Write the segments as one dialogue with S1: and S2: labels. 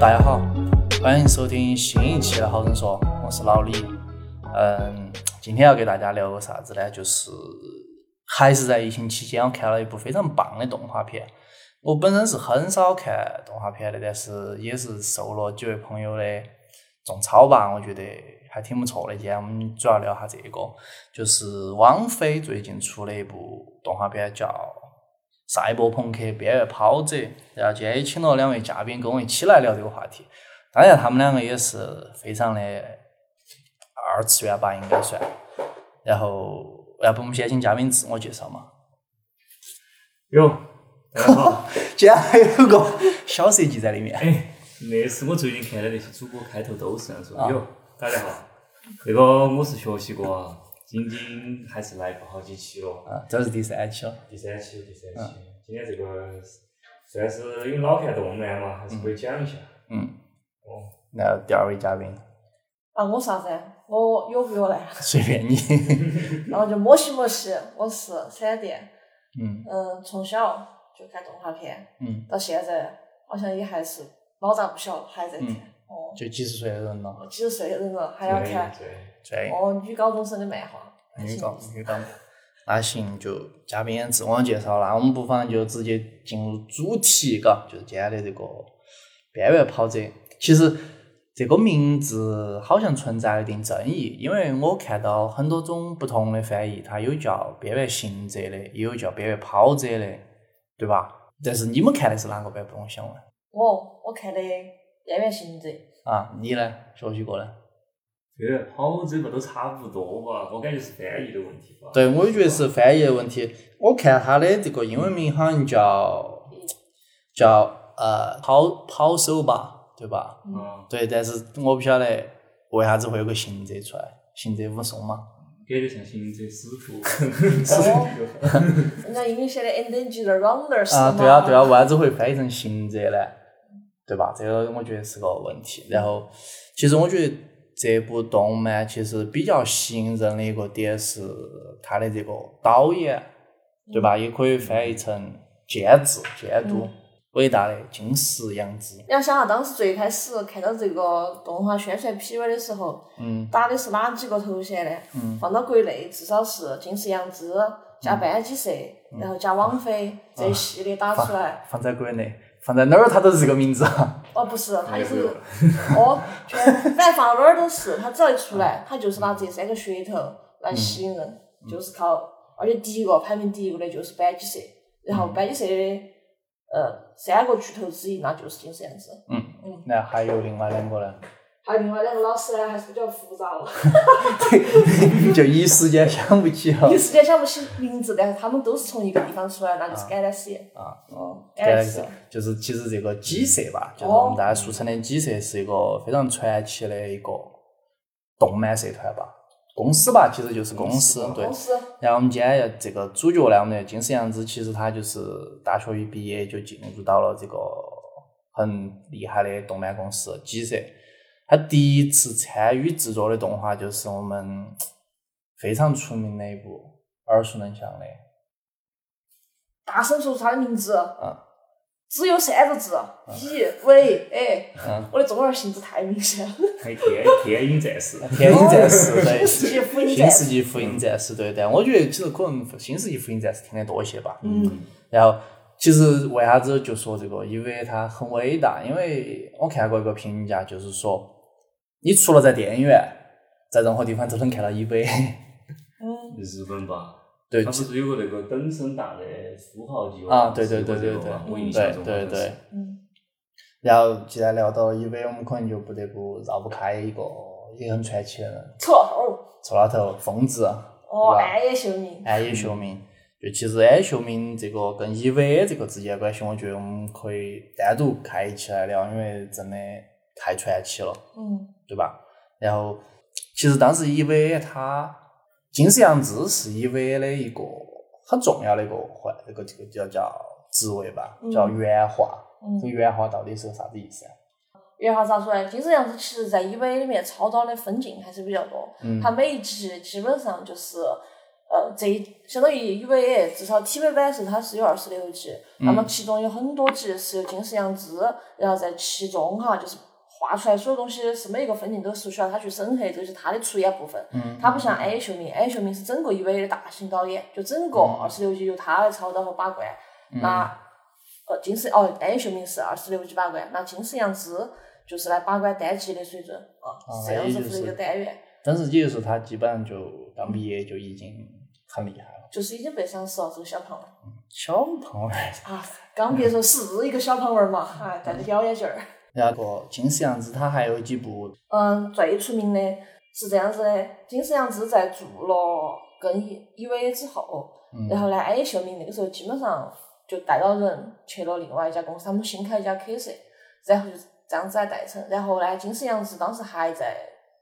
S1: 大家好，欢迎收听新一期的《好生说》，我是老李。嗯，今天要给大家聊个啥子呢？就是还是在疫情期间，我看了一部非常棒的动画片。我本身是很少看动画片的，但是也是受了几位朋友的种草吧，我觉得还挺不错的。今天我们主要聊下这个，就是汪菲最近出了一部动画片叫《赛博朋克边缘跑者》，然后今天也请了两位嘉宾跟我一起来聊这个话题。当然，他们两个也是非常的二次元吧，应该算。然后，要不我们先请嘉宾自我介绍嘛？
S2: 哟，大家 好！
S1: 竟然还有个小设计在里面。
S2: 哎，那是我最近看的那些主播开头都是这样说。哟，大家好！那个我是学习过啊，仅仅还是来过好几期了，啊
S1: 啊，这是第三期了。
S2: 第三期，第三期。今天这个算是因为老看动漫嘛，还是可以讲一下。
S1: 嗯，
S2: 哦，
S1: 然后第二位嘉宾，
S3: 啊，我啥子？我有不有来？
S1: 随便你。
S3: 然后就摸西摸西，我是闪电，
S1: 嗯
S3: 嗯，从小就看动画片，
S1: 嗯，
S3: 到现在好像也还是老大不小，还在看。
S1: 嗯
S3: 哦，
S1: 就几十岁的人了，
S3: 我几十岁的人了还
S2: 对
S3: 要看
S2: 对，
S1: 对，
S3: 哦女高中生的漫画，还
S1: 女
S3: 行
S1: 高女高。那行，就嘉宾也自我介绍了，那我们不妨就直接进入主题，嘎，就是今天的这个边缘跑者。其实这个名字好像存在了一定争议，因为我看到很多种不同的翻译，它有叫边缘行者的，也有叫边缘跑者的，对吧？但是你们看的是哪个版本？我想问
S3: 我哦我看的《边缘行者》，
S1: 啊，你呢？学习过呢？
S2: 这个跑者不都差不多吧？我感觉是翻译的问题吧。
S1: 对，我也觉得是翻译的问题。我看他的这个英文名好像叫叫呃抛抛手吧，对吧？
S2: 啊，
S1: 对，但是我不晓得为啥子会有个行者出来，行者武松嘛。
S2: 感觉像行者师徒。
S3: 哦人家英语写的 Endangered Runners
S1: 啊，
S3: 嘛
S1: 对啊，对啊，为啥子会翻译成行者呢？对吧？这个我觉得是个问题。然后，其实我觉得这部动漫其实比较吸引人的一个点是它的这个导演，对吧？
S3: 嗯
S1: 也可以翻译成监制、监督，伟大的金石杨之。
S3: 你要想下，当时最开始看到这个动画宣传 PV 的时候，
S1: 嗯
S3: 打的是哪几个头衔呢？
S1: 嗯
S3: 放到国内至少是金氏杨枝加班基社，然后加网飞这一系列打 出
S1: 嗯
S3: 来。
S1: 啊放在国内，放在哪儿它都是这个名字 啊。
S3: 哦，不是，它
S2: 也
S3: 就
S2: 不
S3: 是
S2: 用
S3: 哦，全反正放到哪儿都是，它只要一出
S1: 啊
S3: 来，它就是拿这三个噱头
S1: 嗯
S3: 来吸引人，就是靠。而且第一个排名第一个的就是班基社，然
S1: 嗯
S3: 后班基社的呃三个巨头之一，那就是金氏杨枝。
S1: 嗯那还有另外两个呢，
S3: 还有另外两个老师呢，还是比较复杂了。
S1: 就一时间想不起 了
S3: 一时间想不起名字，但是他们都是从一个地方出来，那就是 Galaxy。
S1: 啊。
S3: 哦
S1: 对
S3: ，Galaxy。，
S1: 就是哦其实这个几社吧，就是我们大家俗称的几社，是一个非常传奇的一个动漫社团吧，公司吧，其实就是公司。哦对
S3: 公。司
S1: 然后我们今天要这个主角呢，我们的金丝杨子，其实他就是大学一毕业就进入到了这个很厉害的动漫公司几社。他第一次参与制作的动画就是我们非常出名的一部耳熟能详的
S3: 大声说出他的名字。
S1: 嗯
S3: 只有三个字，
S1: 啊
S3: 以为哎，
S1: 嗯
S3: 我的中二性质太明显了。
S2: 还天天鹰战 士。
S1: 《天影战士》 对，
S3: 世纪福音
S1: 新
S3: 战
S1: 世
S3: 士。
S1: 纪福音战士》对，但我觉得其实可能新世纪福音战士听得多一些吧。
S3: 嗯，
S1: 然后其实为啥子就说这个，因为它很伟大，因为我看过一个评价，就是说你除了在电影院，在任何地方都能看到 eBay。
S3: 嗯，
S2: 日本吧。
S1: 对
S2: 他不是有个那个等身大的富豪机
S1: 啊，对对对对对
S2: 我印象
S1: 对
S2: 中
S1: 对对。
S3: 嗯。
S1: 然后既然聊到 eBay，我们可能就不得不绕不开一个也很传奇的人，
S3: 臭猴，
S1: 臭老头疯子。啊
S3: 哦，
S1: 对吧
S3: 暗夜秀明，
S1: 安野秀明。就其实安野秀明这个跟 EVA 这个之间的关系，我觉得我们可以单独开一期来聊，因为真的太传奇了，
S3: 嗯，
S1: 对吧？然后其实当时 EVA 它金石杨枝是 EVA 的一个很重要的一个环，这个这个叫叫职位吧，
S3: 嗯
S1: 叫原画。
S3: 嗯
S1: 这个原画到底是个啥子意思啊？
S3: 原话咋说呢？金丝样子 E 其实在 EVA 里面操刀的分镜还是比较多，
S1: 嗯
S3: 它每一集基本上就是呃，这一相当于 UVA，至少 TV 版是它是有二十六 G，、那
S1: 嗯
S3: 么其中有很多 G 是由近视样制，然后在其中哈，就是画出来所有东西什么一个分镜都是需要他去审核，这就是他的出演部分。
S1: 嗯
S3: 他不像安秀明，安秀明是整个 UVA 的大型导演，就整个二十六 G 由他来操刀和把关。
S1: 嗯
S3: 那呃，近视哦，安秀明是二十六 G 把关，那近视样制就是来把关单 G 的水准啊，是这
S1: 嗯
S3: 样
S1: 哦也
S3: 子
S1: 就
S3: 子一个
S1: 是
S3: 单元。嗯
S1: 但是也就是他基本上就刚毕业就已经很厉害了，
S3: 就是已经被赏识了这个小胖了
S1: 小胖儿。
S3: 啊！刚别说是一个小胖娃儿嘛，哎，戴着小眼镜儿。
S1: 然后金丝样子他还有几部，
S3: 嗯，最出名的是这样子的，金丝杨枝在做了跟 EVA 之后，
S1: 嗯
S3: 然后呢，A 秀明那个时候基本上就带到人去了另外一家公司，他们新开一家 K 社，然后就这样子来带成。然后呢，金丝杨枝当时还在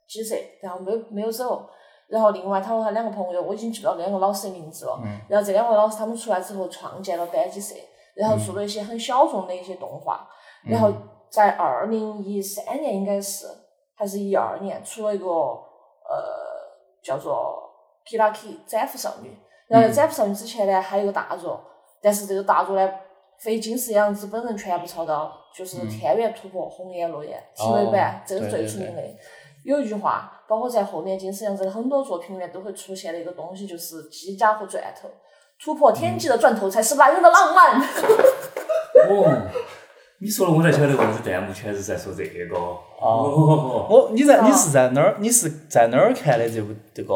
S3: G 社，然后没有没有走。然后另外他和他两个朋友，我已经记不到那两个老师的名字了。
S1: 嗯
S3: 然后这两位老师他们出来之后创建了班级社，然后做了一些很小众的一些动画，然
S1: 嗯
S3: 后在二零一三年应该是还是一二年出了一个呃叫做《Kiraki 斩服少女》，然后在《斩服少女》之前呢还有个大作，但是这个大作呢非金石洋子本人全部操刀，就是《天元突破》《红颜落雁》TV 版，这个是最出名的。有一句话，包括在后面金石洋子的很多作品里面都会出现的一个东西，就是机甲和钻头，突破天际的钻头才是男人的浪漫。
S2: 哦，你说了我才晓得为啥子弹幕全是在说这个。哦，
S1: 我你在
S3: 啊
S1: 你是在哪儿？你是在哪儿看的这部这个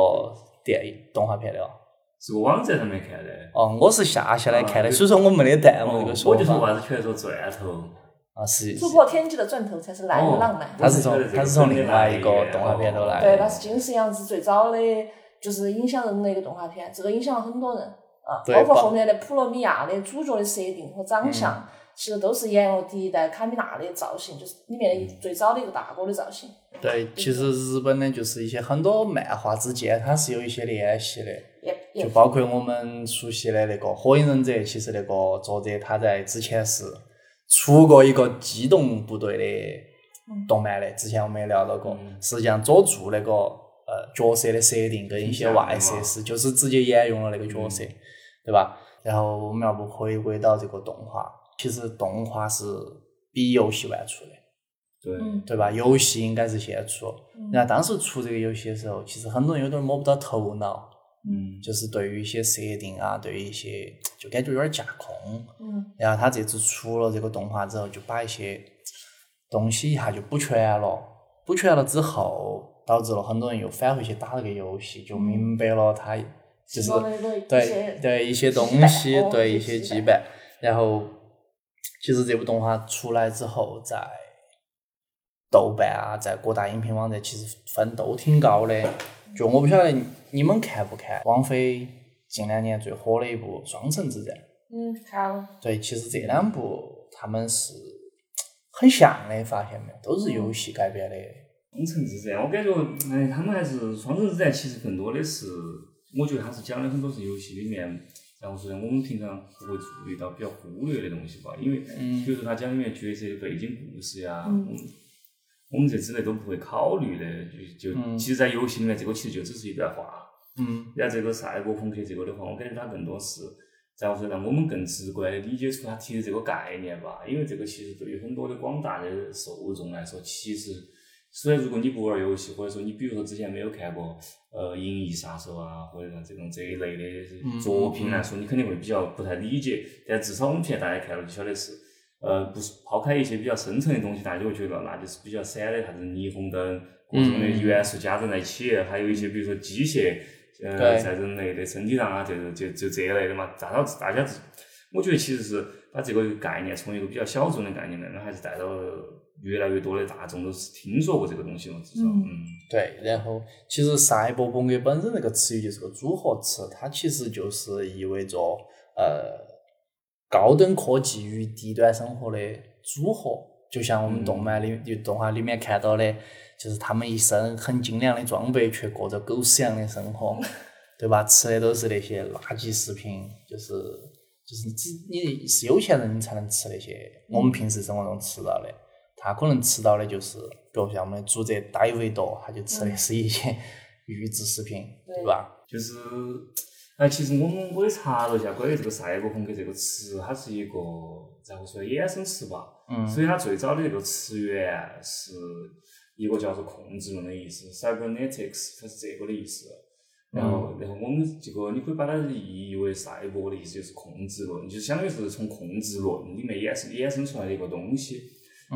S1: 电影动画片的哦？
S2: 是个网站上面看的。
S1: 哦，我是下下来看
S2: 啊
S1: 的，所以说我没得弹幕
S2: 哦
S1: 这个说
S2: 我就说
S1: 法
S2: 为啥子全说钻头？哦
S1: 啊，是
S3: 突破天际的钻头才是男人的浪漫。
S1: 它是从它是从另外一个动画片头来
S3: 对，
S1: 的
S3: 那是金石洋子最早的，就是影响人的一个动画片，这个影响了很多人啊，
S1: 对
S3: 包括
S1: 包
S3: 后面的普罗米亚的主角的设定和长相，
S1: 嗯
S3: 其实都是沿用了第一代卡米娜的造型，就是里面
S1: 嗯
S3: 的最早的一个大哥的造型。
S1: 对，其实日本的就是一些很多漫画之间它是有一些联系的，
S3: 也也
S1: 就包括我们熟悉的那个《火影忍者》，其实那个作者他在之前是出过一个机动部队的动漫的，之前我们也聊到过
S2: 嗯。
S1: 实际上，佐助那个呃角色的设定跟一些外设施，就是直接沿用了那个角色，对吧？然后我们要不回归到这个动画，其实动画是比游戏晚出的。
S2: 对，
S3: 嗯，
S1: 对吧？游戏应该是先出
S3: 嗯，
S1: 然后当时出这个游戏的时候，其实很多人有点摸不到头脑，
S2: 嗯，
S1: 就是对于一些设定啊，对于一些就感觉有点架空。
S3: 嗯，
S1: 然后他这次出了这个动画之后，就把一些东西一下就补全了，补全了之后，导致了很多人又返回去打那个游戏，就明白了他就是
S3: 说了一个一
S1: 对
S3: 些
S1: 对一些东
S3: 羁
S1: 西
S3: 绊，
S1: 对
S3: 哦
S1: 一
S3: 一些
S1: 些
S3: 羁
S1: 羁绊。然后，其实这部动画出来之后，在豆瓣啊，在各大影评网站其实分都挺高的。就我不晓得你你们看不看王菲近两年最火的一部《双城之战》。
S3: 嗯，看了，
S1: 对，其实这两部他们是很像的，发现没有？都是游戏改编的。
S2: 双城之战，我感觉，哎，他们还是双城之战，其实更多的是，我觉得他是讲的很多是游戏里面，然后说我们平常不会注意到、比较忽略的东西吧，因为，比如说他讲里面角色的背景故事呀，
S3: 嗯
S2: 我们我们这之类都不会考虑的，就就、
S1: 嗯
S2: 其实，在游戏里面，这个其实就只是一段话。
S1: 嗯
S2: 然后这个赛博朋克这个的话，我感觉它更多是，然后说让我们更直观的理解出它提的这个概念吧。因为这个其实对于很多的广大的受众来说，其实虽然如果你不玩游戏，或者说你比如说之前没有看过呃《银翼杀手》啊，或者像这种这一类的
S1: 嗯
S2: 作品来说，你肯定会比较不太理解。但至少我们现在大家看了就晓得是。呃，不是抛开一些比较深层的东西，大家就会觉得那就是比较散的，啥子霓虹灯各种的
S1: 嗯
S2: 元素啊加在在一起，还有一些比如说机械，呃，
S1: 对
S2: 在人类的身体上啊，这个就就这一类的嘛。大家大家，我觉得其实是把这个概念从一个比较小众的概念，慢慢还是带到越来越多的大众都是听说过这个东西嘛，至少，
S3: 嗯
S2: 嗯，
S1: 对，然后其实赛博朋克本身那个词语就是个组合词，它其实就是意味着呃高等科技与低端生活的组合，就像我们动漫里、就动画里面看到的，就是他们一身很精良的装备，却过着狗屎样的生活，对吧？吃的都是那些垃圾食品，就是就是只你是有钱人你才能吃那些我们平时生活中吃到的。他可能吃到的就是，比如像我们的主角戴维多，他就吃的是一些预制食品，对吧？
S2: 就是那其实我们我也查了一下，关于这个赛博朋克这个词，它是一个咋个说衍生词吧？
S1: 嗯
S2: 所以它最早的这个词源是一个叫做控制论的意思，cybernetics，它是这个的意思。然后，然后我们这个你可以把它意译为赛博的意思，就是控制论，就是相当于是从控制论里面衍生衍生出来的一个东西。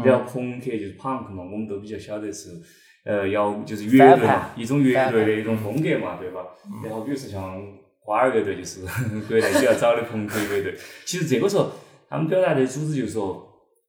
S2: 然后朋克就是 punk 嘛，我们都比较晓得是，呃，摇就是乐
S1: 反
S2: 队嘛
S1: 叛，
S2: 一种乐
S1: 反
S2: 队
S1: 叛
S2: 的一种风格嘛，对吧？然后比如说像花儿乐队，就是国内比较早的朋克乐队。其实这个时候，他们表达的主旨就是说，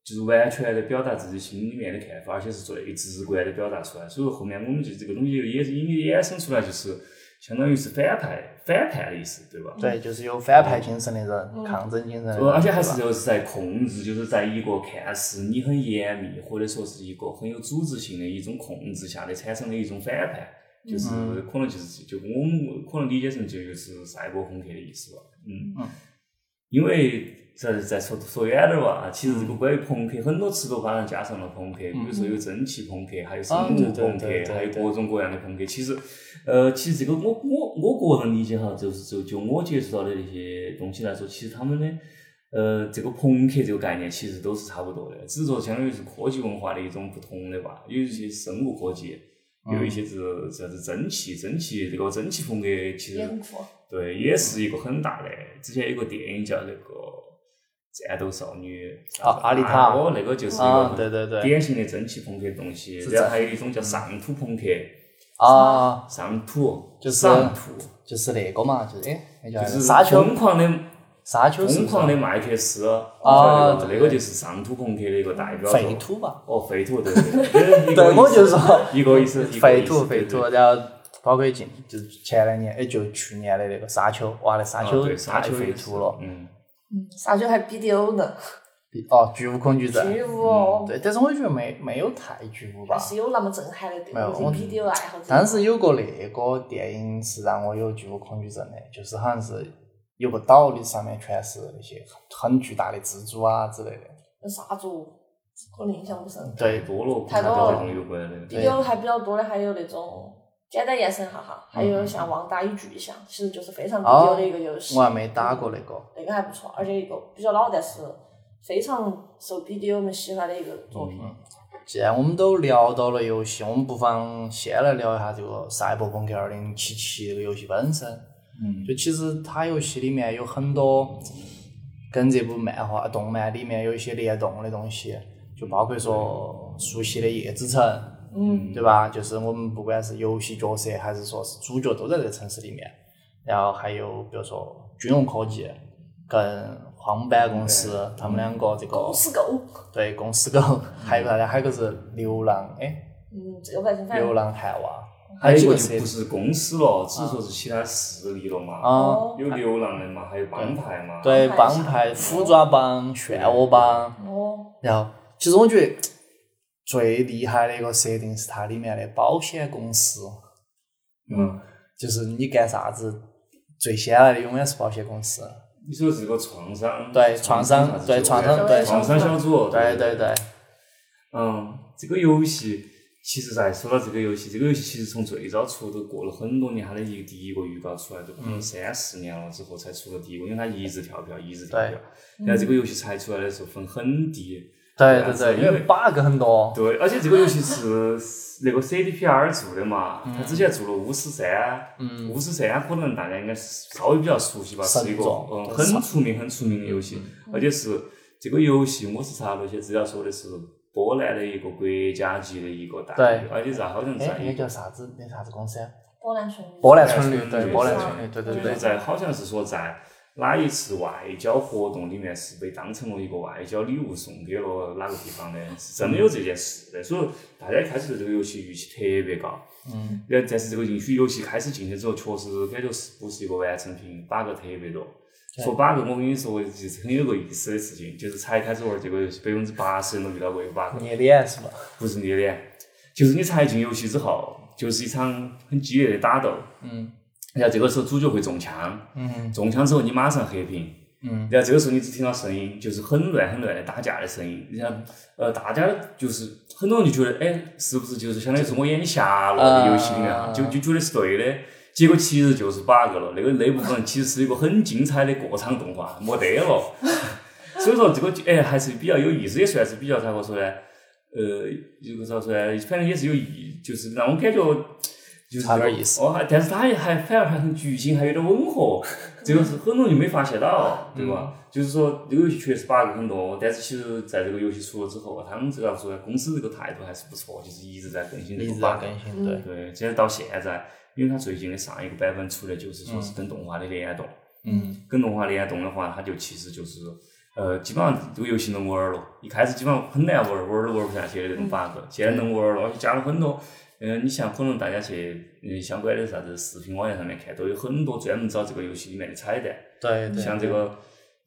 S2: 就是完全的表达自己心里面的看法，而且是最直观的表达出来。所以说后面我们就这个东西也是引衍生出来，就是相当于是反派反叛的意思，对吧？
S3: 嗯
S1: 对，就是有反派精神的人，抗争精神的人，
S2: 呃，而且还
S1: 对吧
S2: 是就是在控制，就是在一个看似你很严密，或者说是一个很有组织性的一种控制下的产生的一种反叛，就是
S1: 嗯
S2: 可能就是就我们可能理解成就就是赛博朋克的意思吧，嗯。
S1: 嗯
S2: 因为再再说说远点儿吧，其实这个
S1: 嗯
S2: 关于朋克很多词都把它加上了朋克，比如说有蒸汽朋克，还有生
S1: 啊
S2: 物
S1: 对对
S2: 朋克
S1: 对，对
S2: 还有
S1: 对
S2: 各种各样的朋克。其实，呃，其实这个我我我个人理解哈，就是就就我接触到的那些东西来说，其实他们的。呃，这个朋克这个概念其实都是差不多的，只是说相当于是科技文化的一种不同的吧。有一些生物科技，有一些
S1: 嗯
S2: 是啥子蒸汽，蒸汽这个蒸汽朋克其实
S3: 也很酷。
S2: 对，也是一个很大的。之前有个电影叫那个《战斗少女》，
S1: 啊阿丽塔
S2: 哦，那个就是一
S1: 啊
S2: 个
S1: 对对对
S2: 典型的蒸汽朋克的东西。
S1: 是嗯
S2: 然后
S1: 这
S2: 还有一种叫上土朋克，
S1: 啊，
S2: 上土哦
S1: 就是
S2: 上土，
S1: 就是那个嘛，就是哎，那叫啥来
S2: 就是
S1: 着沙丘，
S2: 疯狂的
S1: 沙丘是
S2: 疯
S1: 不是
S2: 狂的麦克斯哦
S1: 啊
S2: 那
S1: 对
S2: 个那个就是上土朋克的一个代表
S1: 废
S2: 作。
S1: 土吧？
S2: 哦，废 土对对对，
S1: 对，我就说
S2: 一个意思，一个
S1: 废
S2: 意思
S1: 土废。
S2: 对
S1: 土，
S2: 对
S1: 然后包括近就是前两年，哎，就去年的那个沙丘，哇，那沙
S2: 啊
S1: 丘
S2: 对沙
S1: 太
S2: 丘
S1: 废
S2: 也是
S1: 土了，
S2: 嗯，
S3: 嗯，沙丘还 BDO 呢，
S1: 哦，巨无恐惧症，
S3: 巨无哦，
S1: 嗯对，但是我觉得没没有太巨无吧
S3: 还。是有那么震撼的，对
S1: 没有
S3: 我
S1: 我
S3: 们 BDO 爱好者。
S1: 当时有个那个电影是让我有巨无恐惧症的，就是好像是有个岛的上面全是那些很很巨大的蜘蛛啊之类的。
S3: 有啥族，可能印象不深。
S1: 对，
S2: 多了，
S3: 太多
S2: 跟
S3: 了
S2: 这种有关的。
S1: 对
S3: 有还比较多的，还有那种简单延伸哈哈，还有像旺达与巨像，其实就是非常 BDO 的一个游戏
S1: 哦我。还没打过那个。
S3: 那个还不错，而且一个比较老，但是非常受 BDO 们喜欢的一个作品。
S1: 嗯既然我们都聊到了游戏，我们不妨先来聊一下这个《赛博朋克2077》这个游戏本身。
S2: 嗯
S1: 就其实它游戏里面有很多跟这部漫画、动漫里面有一些联动的东西，就包括说熟悉的夜之城，
S3: 嗯，
S1: 对吧？就是我们不管是游戏角色还是说是主角，都在这个城市里面。然后还有比如说军用科技跟荒木板公司，他们两个这个
S3: 狗是狗，
S1: 对公司狗，还有个啥子？还有个是流浪，哎，
S3: 嗯，这个反正反
S1: 流
S3: 正
S1: 浪汉娃，
S2: 还有一
S1: 几
S2: 个
S1: 个
S2: 就
S1: 是
S2: 不是公司了，只是说是其他势力了嘛。
S1: 啊，
S3: 哦
S2: 有流浪的嘛，还有帮派嘛。
S1: 对，
S3: 帮
S1: 帮
S3: 派
S1: 派、虎爪帮、漩涡帮，
S3: 哦，
S1: 然后其实我觉得最厉害的一个设定是它里面的保险公司，
S2: 嗯，
S1: 就是你干啥子最先来的永远是保险公司，
S2: 你说是个创伤，
S1: 对创伤
S2: 啥子
S1: 对创
S2: 小组
S3: 伤对
S2: 创伤小组，
S1: 对对
S2: 对
S1: 对，
S2: 嗯，这个游戏其实在说到这个游戏，这个游戏其实从最早出都过了很多年，它的一第一个预告出来都可能三四年了之后才出了第一个，因为它一直跳票，一直跳票。然后这个游戏才出来的时候分很低，
S1: 对
S2: 对
S1: 对
S2: 对
S1: 对，因
S2: 因为
S1: 为 bug 很多，
S2: 对，而且这个游戏是是那个 CDPR 做的嘛，
S1: 嗯
S2: 他之前做了巫师三，巫师三可能大家应该是稍微比较熟悉吧，
S1: 神
S2: 是一个
S1: 作嗯
S2: 嗯
S1: 对
S2: 很出名很出名的游戏，而且是这个游戏我是查了一些资料说的是波兰的一个国家级的一个大游戏，
S1: 对
S2: 而且是好像
S1: 哎
S2: 在，
S1: 那
S2: 一
S1: 个
S2: 个
S1: 叫啥子？那啥子公司啊？
S3: 波兰纯女，
S1: 波兰春绿，
S2: 对
S1: 对，波兰
S3: 是吧
S1: 春绿，对对
S2: 就
S1: 对
S2: 是。在好像是说在。哪一次外交活动里面是被当成了一个外交礼物送给了哪个地方的？是真的有这件事的，所以大家一开始对这个游戏预期特别高。
S1: 嗯，
S2: 然后但是这个进去游戏开始进去之后，确实感觉是不是一个完成品，bug 特别多。说 bug，我跟你说，就是很有个意思的事情，就是才开始玩这个游戏，百分之八十人都遇到过一个 bug，
S1: 捏脸是吧？
S2: 不是你的脸，就是你才进游戏之后，就是一场很激烈的打斗。
S1: 嗯。
S2: 然后这个时候主角会中枪，
S1: 嗯
S2: 中枪之后你马上黑屏，
S1: 嗯，
S2: 然后这个时候你只听到声音，就是很乱很乱的打架的声音，然后呃大家就是很多人就觉得，哎，是不是就是相当于是我眼瞎了？
S1: 啊
S2: 游戏里面啊就就觉得是对的，结果其实就是 bug 了，那个那部分其实是一个很精彩的过场动画，没得了。 所以说这个就哎还是比较有意思，也算是比较咋个说呢？呃，就是咋说呢？反正也是有意，就是让我感觉就是
S1: 差点意思
S2: 哦，还但是它也还反而还很剧情，还有点吻合，这个是很容易没发现到，对
S1: 嗯
S2: 吧？就是说这个游戏确实 bug 很多，但是其实在这个游戏出了之后，啊他们这咋说呢？公司这个态度还是不错，就是一直在更新这
S1: 一
S2: 个
S1: 直在
S2: bug。
S1: 更新，对，
S2: 对，其实到现在，因为它最近的上一个版本出的就是说是跟动画的联动，
S1: 嗯，
S2: 跟动画联动的话，它就其实就是呃，基本上这个游戏能玩儿了。一开始基本上很难玩儿，玩儿都玩儿不下去的那种 bug，现在能玩儿了，而且加了很多。嗯、你像可能大家去嗯相关的啥子视频网站上面看，都有很多专门找这个游戏里面的彩蛋。
S1: 对对，
S2: 像这个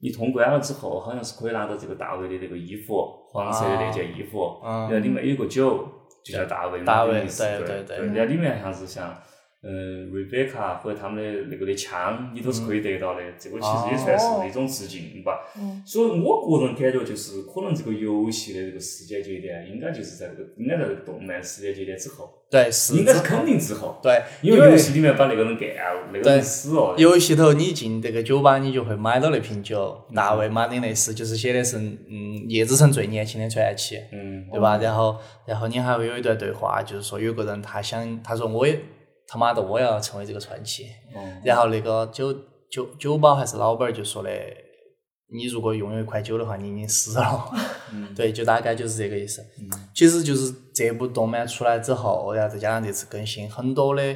S2: 你通关了之后，好像是可以拿到这个大卫的那个衣服，黄色的那件衣服，
S1: 啊嗯
S2: 然后里面有个酒，就叫大卫嘛，
S1: 大卫
S2: 等于是
S1: 对
S2: 对
S1: 对对
S2: 然后里面像是像。嗯，Rebecca 或者他们的那个的枪，你都是可以得到的。这个其实也算是一种致敬吧。
S3: 嗯
S2: 所以我个人感觉就是，可能这个游戏的这个时间节点，应该就是在这个，应该在这个动漫时间节点之后，
S1: 对是
S2: 应该
S1: 之
S2: 是
S1: 后
S2: 肯定之后。
S1: 对，
S2: 因为游戏里面把那个人干了，那个
S1: 对
S2: 人死了。
S1: 游戏头你进这个酒吧，你就会买到那瓶酒，大卫马丁内斯就是写的是嗯叶子城最年轻的传奇，
S2: 嗯，
S1: 对吧？然后然后你还会有一段对话，就是说有个人他想他说我也他妈的我也要成为这个传奇，
S2: 嗯
S1: 然后那个酒酒酒吧还是老板就说的。你如果拥有一块酒的话，你已经死了。
S2: 嗯
S1: 对，就大概就是这个意思。
S2: 嗯
S1: 其实就是这部动漫出来之后，然后再加上这次更新，很多的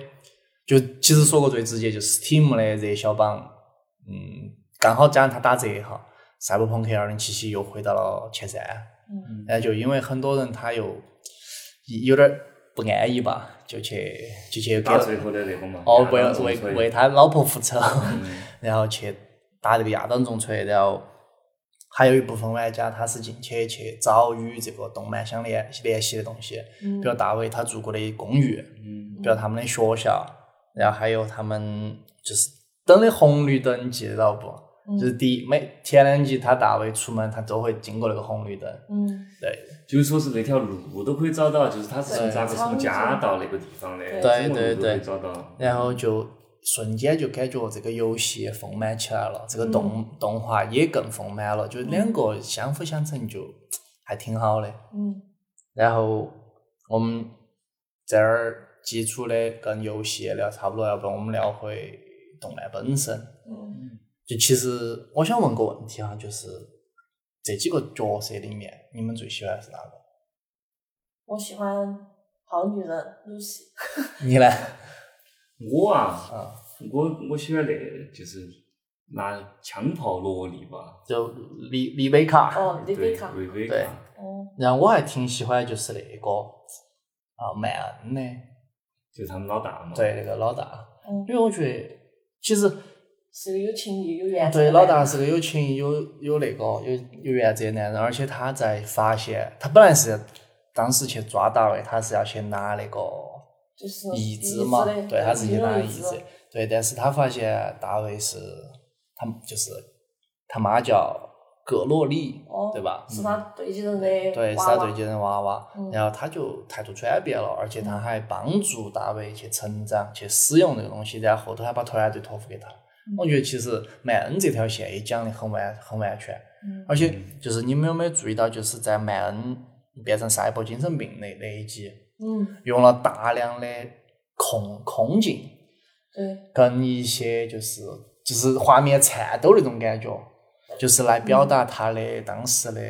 S1: 就其实说个最直接，就是 Steam 的热销榜，嗯，刚好加上它打折哈，《赛博朋克二零七七》又回到了前三。
S3: 嗯，
S1: 然后就因为很多人他又有点儿不安逸吧，就去就去给
S2: 打最后的那个嘛。
S1: 哦为
S2: 亚当
S1: 为
S2: 中
S1: 为
S2: 锤
S1: 他老婆复仇，
S2: 嗯
S1: 然后去打这个亚当重锤，然后还有一部分玩家他是进去去找与这个动漫相联联系的东西，
S3: 嗯
S1: 比如大卫他住过的公寓，
S2: 嗯
S1: 比如他们的学校，然后还有他们就是等的红绿灯，记得到不？
S3: 嗯
S1: 就是第一每前两集他大卫出门，他都会经过那个红绿灯，
S3: 嗯，
S1: 对
S2: 就是说是那条路都可以找到，就是他是从
S1: 对
S2: 咋个从家到那个地方的，
S3: 对
S2: 什么
S1: 对
S2: 路都可以
S1: 对
S2: 找到。
S1: 然后就瞬间就感觉这个游戏丰满起来了，这个动、动画也更丰满了，就两个相辅相成就，还挺好的。
S3: 嗯
S1: 然后我们这儿基础的跟游戏聊差不多，要不然我们聊回动漫本身。
S3: 嗯
S1: 就其实我想问个问题哈，就是这几个角色里面，你们最喜欢是哪个？
S3: 我喜欢好女人露西，
S1: 你呢？
S2: 我啊，
S1: 啊，
S2: 我我喜欢那就是拿枪炮萝莉吧，
S1: 就丽丽贝卡。
S3: 哦，丽
S2: 对
S3: 贝卡，
S2: 瑞 贝
S1: 对
S2: 卡，
S3: 哦，
S1: 然后我还挺喜欢就是那个啊曼恩的，
S2: 就是他们老大嘛。
S1: 对那个老大，
S3: 嗯
S1: 因为我觉得其实
S3: 是个有情义、有原则
S1: 对
S3: 的
S1: 老大是个有情义有有那个有有原则的男人，而且他在发现他本来是当时去抓大卫，他是要去拿那个
S3: 就是
S1: 椅
S3: 椅
S1: 子嘛，
S3: 的
S1: 对，他是去拿椅
S3: 椅
S1: 子，对，但是他发现大卫是他就是他妈叫葛洛丽，
S3: 哦，
S1: 对吧？
S3: 是他对接人的
S1: 嗯对，是
S3: 娃
S1: 他
S3: 娃
S1: 对接人娃娃，
S3: 嗯
S1: 然后他就态度转变了，而且他还帮助大卫去成长、去使用这个东西，然后后头还把投篮队托付给他。我觉得其实曼恩这条线也讲的很完很完全，
S3: 嗯
S1: 而且就是你们有没有注意到，就是在曼恩变成赛博精神病那那一集，
S3: 嗯，
S1: 用了大量的空空镜
S3: 对，
S1: 跟一些就是就是画面颤抖那种感觉，就是来表
S3: 嗯
S1: 达他的当时的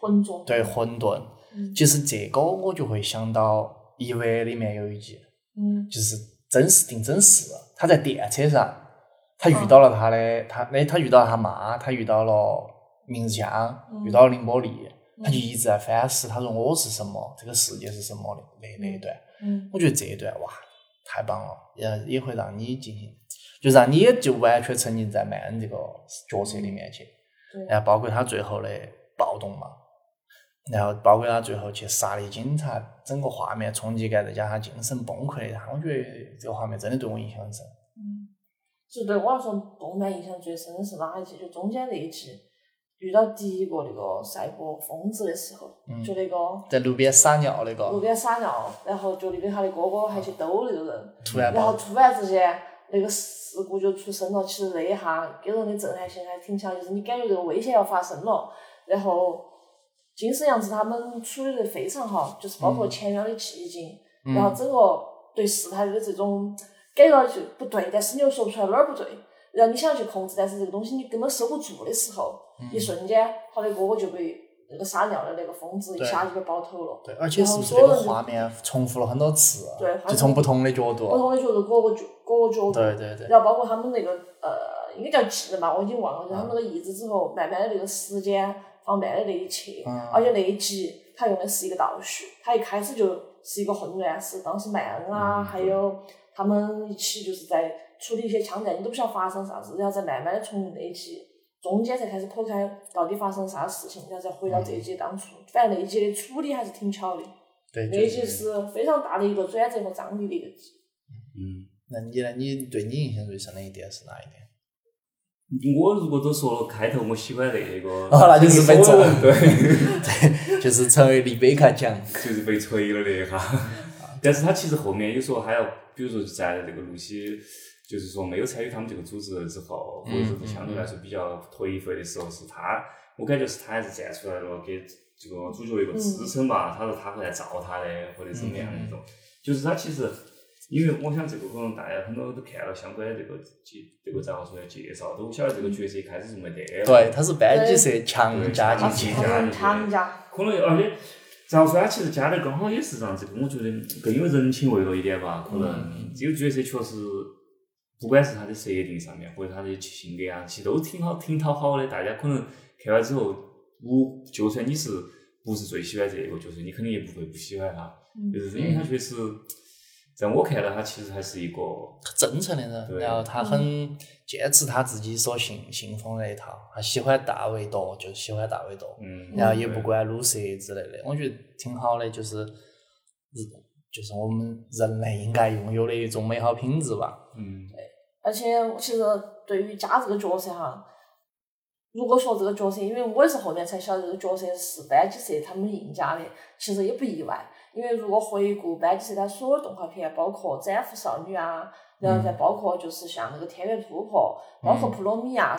S3: 浑浊，
S1: 对混沌。
S3: 嗯
S1: 其实这个我就会想到《一维》里面有一集，
S3: 嗯
S1: 就是真实定真事，他在电车上，他遇到了他的他，哎，他遇到了他妈，他遇到了明日香，遇到了林波丽，他就一直在反思，他说我是什么，这个世界是什么的那那一段，
S3: 嗯
S1: 我觉得这一段哇太棒了，也也会让你进行，就让你也就完全沉浸在曼恩这个角色里面去。
S3: 对，
S1: 然后包括他最后的暴动嘛，然后包括他最后去杀的警察，整个画面冲击感，再加上他精神崩溃的他，我觉得这个画面真的对我印象很深。
S3: 嗯，就对我来说，动漫印象最深的是哪一集？就中间那一集，遇到第一个那个赛博疯子的时候，
S1: 嗯
S3: 就那个
S1: 在路边撒尿那
S3: 路
S1: 个，
S3: 边撒尿，然后就那边他的哥哥还去兜那个人，
S1: 突然
S3: 然后
S1: 暴，
S3: 突然之间，那个事故就出生了，其实那一下给人的震撼性还挺强，就是你感觉这个危险要发生了，然后金丝羊子他们处理得非常好，就是包
S1: 嗯
S3: 括前面的寂静，然后整个对事态的这种感觉到就不对，但是你又说不出来哪儿不对，然后你想去控制，但是这个东西你根本收不住的时候，
S1: 嗯
S3: 一瞬间，他的哥哥就被那个撒尿的那个疯子一
S1: 对
S3: 下就被爆头了。
S1: 对，而且
S3: 然
S1: 是
S3: 后
S1: 不是
S3: 所
S1: 这
S3: 有
S1: 个
S3: 人就
S1: 画面重复了很多次啊？
S3: 对反正
S1: 就从不同的角
S3: 不
S1: 度。
S3: 同的角度，各个角各个角度，
S1: 对对对，
S3: 然后包括他们那个呃，应该叫记嘛，我已经忘了，就他
S1: 嗯
S3: 们那个意志之后，慢慢的那个时间放慢的那一切，
S1: 嗯
S3: 而且那一集他用的是一个倒叙，他一开始就是一个混乱，是当时麦恩啊，
S1: 嗯
S3: 还有他们一起就是在处理一些枪战，你都不晓得发生啥子，然后再慢慢的从那一集中间才开始剖开到底发生啥事情，然后再回到这一集当初，反正那一集的处理还是挺巧的，
S1: 嗯对，
S3: 那
S1: 就
S3: 一集
S1: 是。
S3: 是非常大的一个转折和张力的一个集。
S2: 嗯，
S1: 那你呢？你对你印象最深的一点是哪一点？
S2: 我如果都说了开头我喜欢那个，
S1: 哦那就是被
S2: 所有人
S1: 揍
S2: 对，
S1: 对，就是成为丽贝卡奖。
S2: 就是被锤了那一下。 但是他其实后面有时候还要，比如说在这个露西，就是说没有参与他们这个组织之后，或者
S1: 嗯
S2: 是相对来说比较颓废的时候，是他，我感觉是他还是站出来了，给这个主角一个支撑吧。他说他会来罩他的，或者怎么样的那种。就是他其实，因为我想这个可能大家很多都看了相关的这个介这个咋个说呢介绍，都晓得这个角色一开始是没得的。
S1: 对，他是班级社强
S2: 对
S1: 加
S2: 他
S1: 进
S2: 是
S1: 去
S2: 强
S1: 的。
S2: 加
S3: 嗯强加。
S2: 可能而且咋说，他其实加的刚好也是让这个，我觉得更有人情味了一点吧。可能这个角色确实，不管是他的设定上面，或者他的性格啊，其实都挺好，挺讨好的。大家可能看完之后，我就算你是不是最喜欢这个角色，你肯定也不会不喜欢他，
S3: 嗯
S2: 就是因为他确实，在我看来，他其实还是一个
S1: 他真诚的人，
S2: 对
S1: 然后他
S3: 嗯
S1: 很坚持他自己所信信奉的那一套，他喜欢大卫多就喜欢大卫多，
S2: 嗯，
S1: 然后也不
S2: 对
S1: 管撸蛇之类的，我觉得挺好的，就是人就是我们人类应该拥有的一种美好品质吧。
S2: 嗯，
S3: 而且我其实对于家这个角色哈，如果说这个角色，因为我也是后面才晓得这个角色是班级社他们印加的，其实也不意外。因为如果回顾班级社他所有动画片，包括《斩服少女》啊，然后再包括就是像那个《天元突破》，包括《普罗米亚》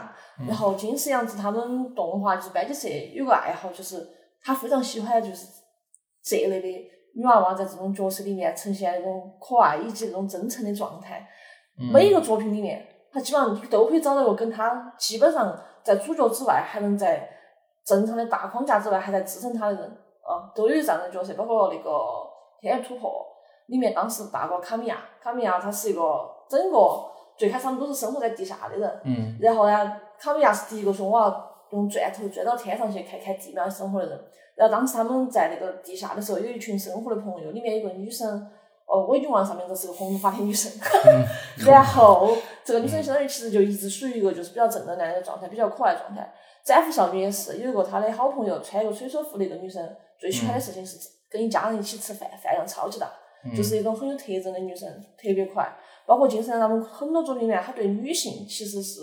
S3: 然后金丝羊子他们动画就是班级社有个爱好，就是他非常喜欢就是这一类的女娃娃在这种角色里面呈现那种可爱以及那种真诚的状态。
S1: 嗯
S3: 每一个作品里面，他基本上你都可以找到一个跟他基本上在主角之外，还能在正常的大框架之外还在支撑他的人啊，都有这样的角色，包括那个《天元突破》里面，当时大哥卡米亚，卡米亚他是一个整个最开始他们都是生活在地下的人，
S1: 嗯
S3: 然后呢，卡米亚是第一个说我要用钻头钻到天上去看看地面生活的人。然后当时他们在那个地下的时候，有一群生活的朋友，里面有个女生，哦，我已经忘了上面这是个红发的女生。 然后这个女生相当于其实就一直属于一个就是比较正能量的状态，比较可爱的状态。展服少女也是有一个她的好朋友，穿一个水手服的一个女生，最喜欢的事情是跟一家人一起吃饭，饭量超级大。
S1: 嗯
S3: 就是一种很有特征的女生，特别可爱。包括金圣他们很多作品里面，她对女性其实是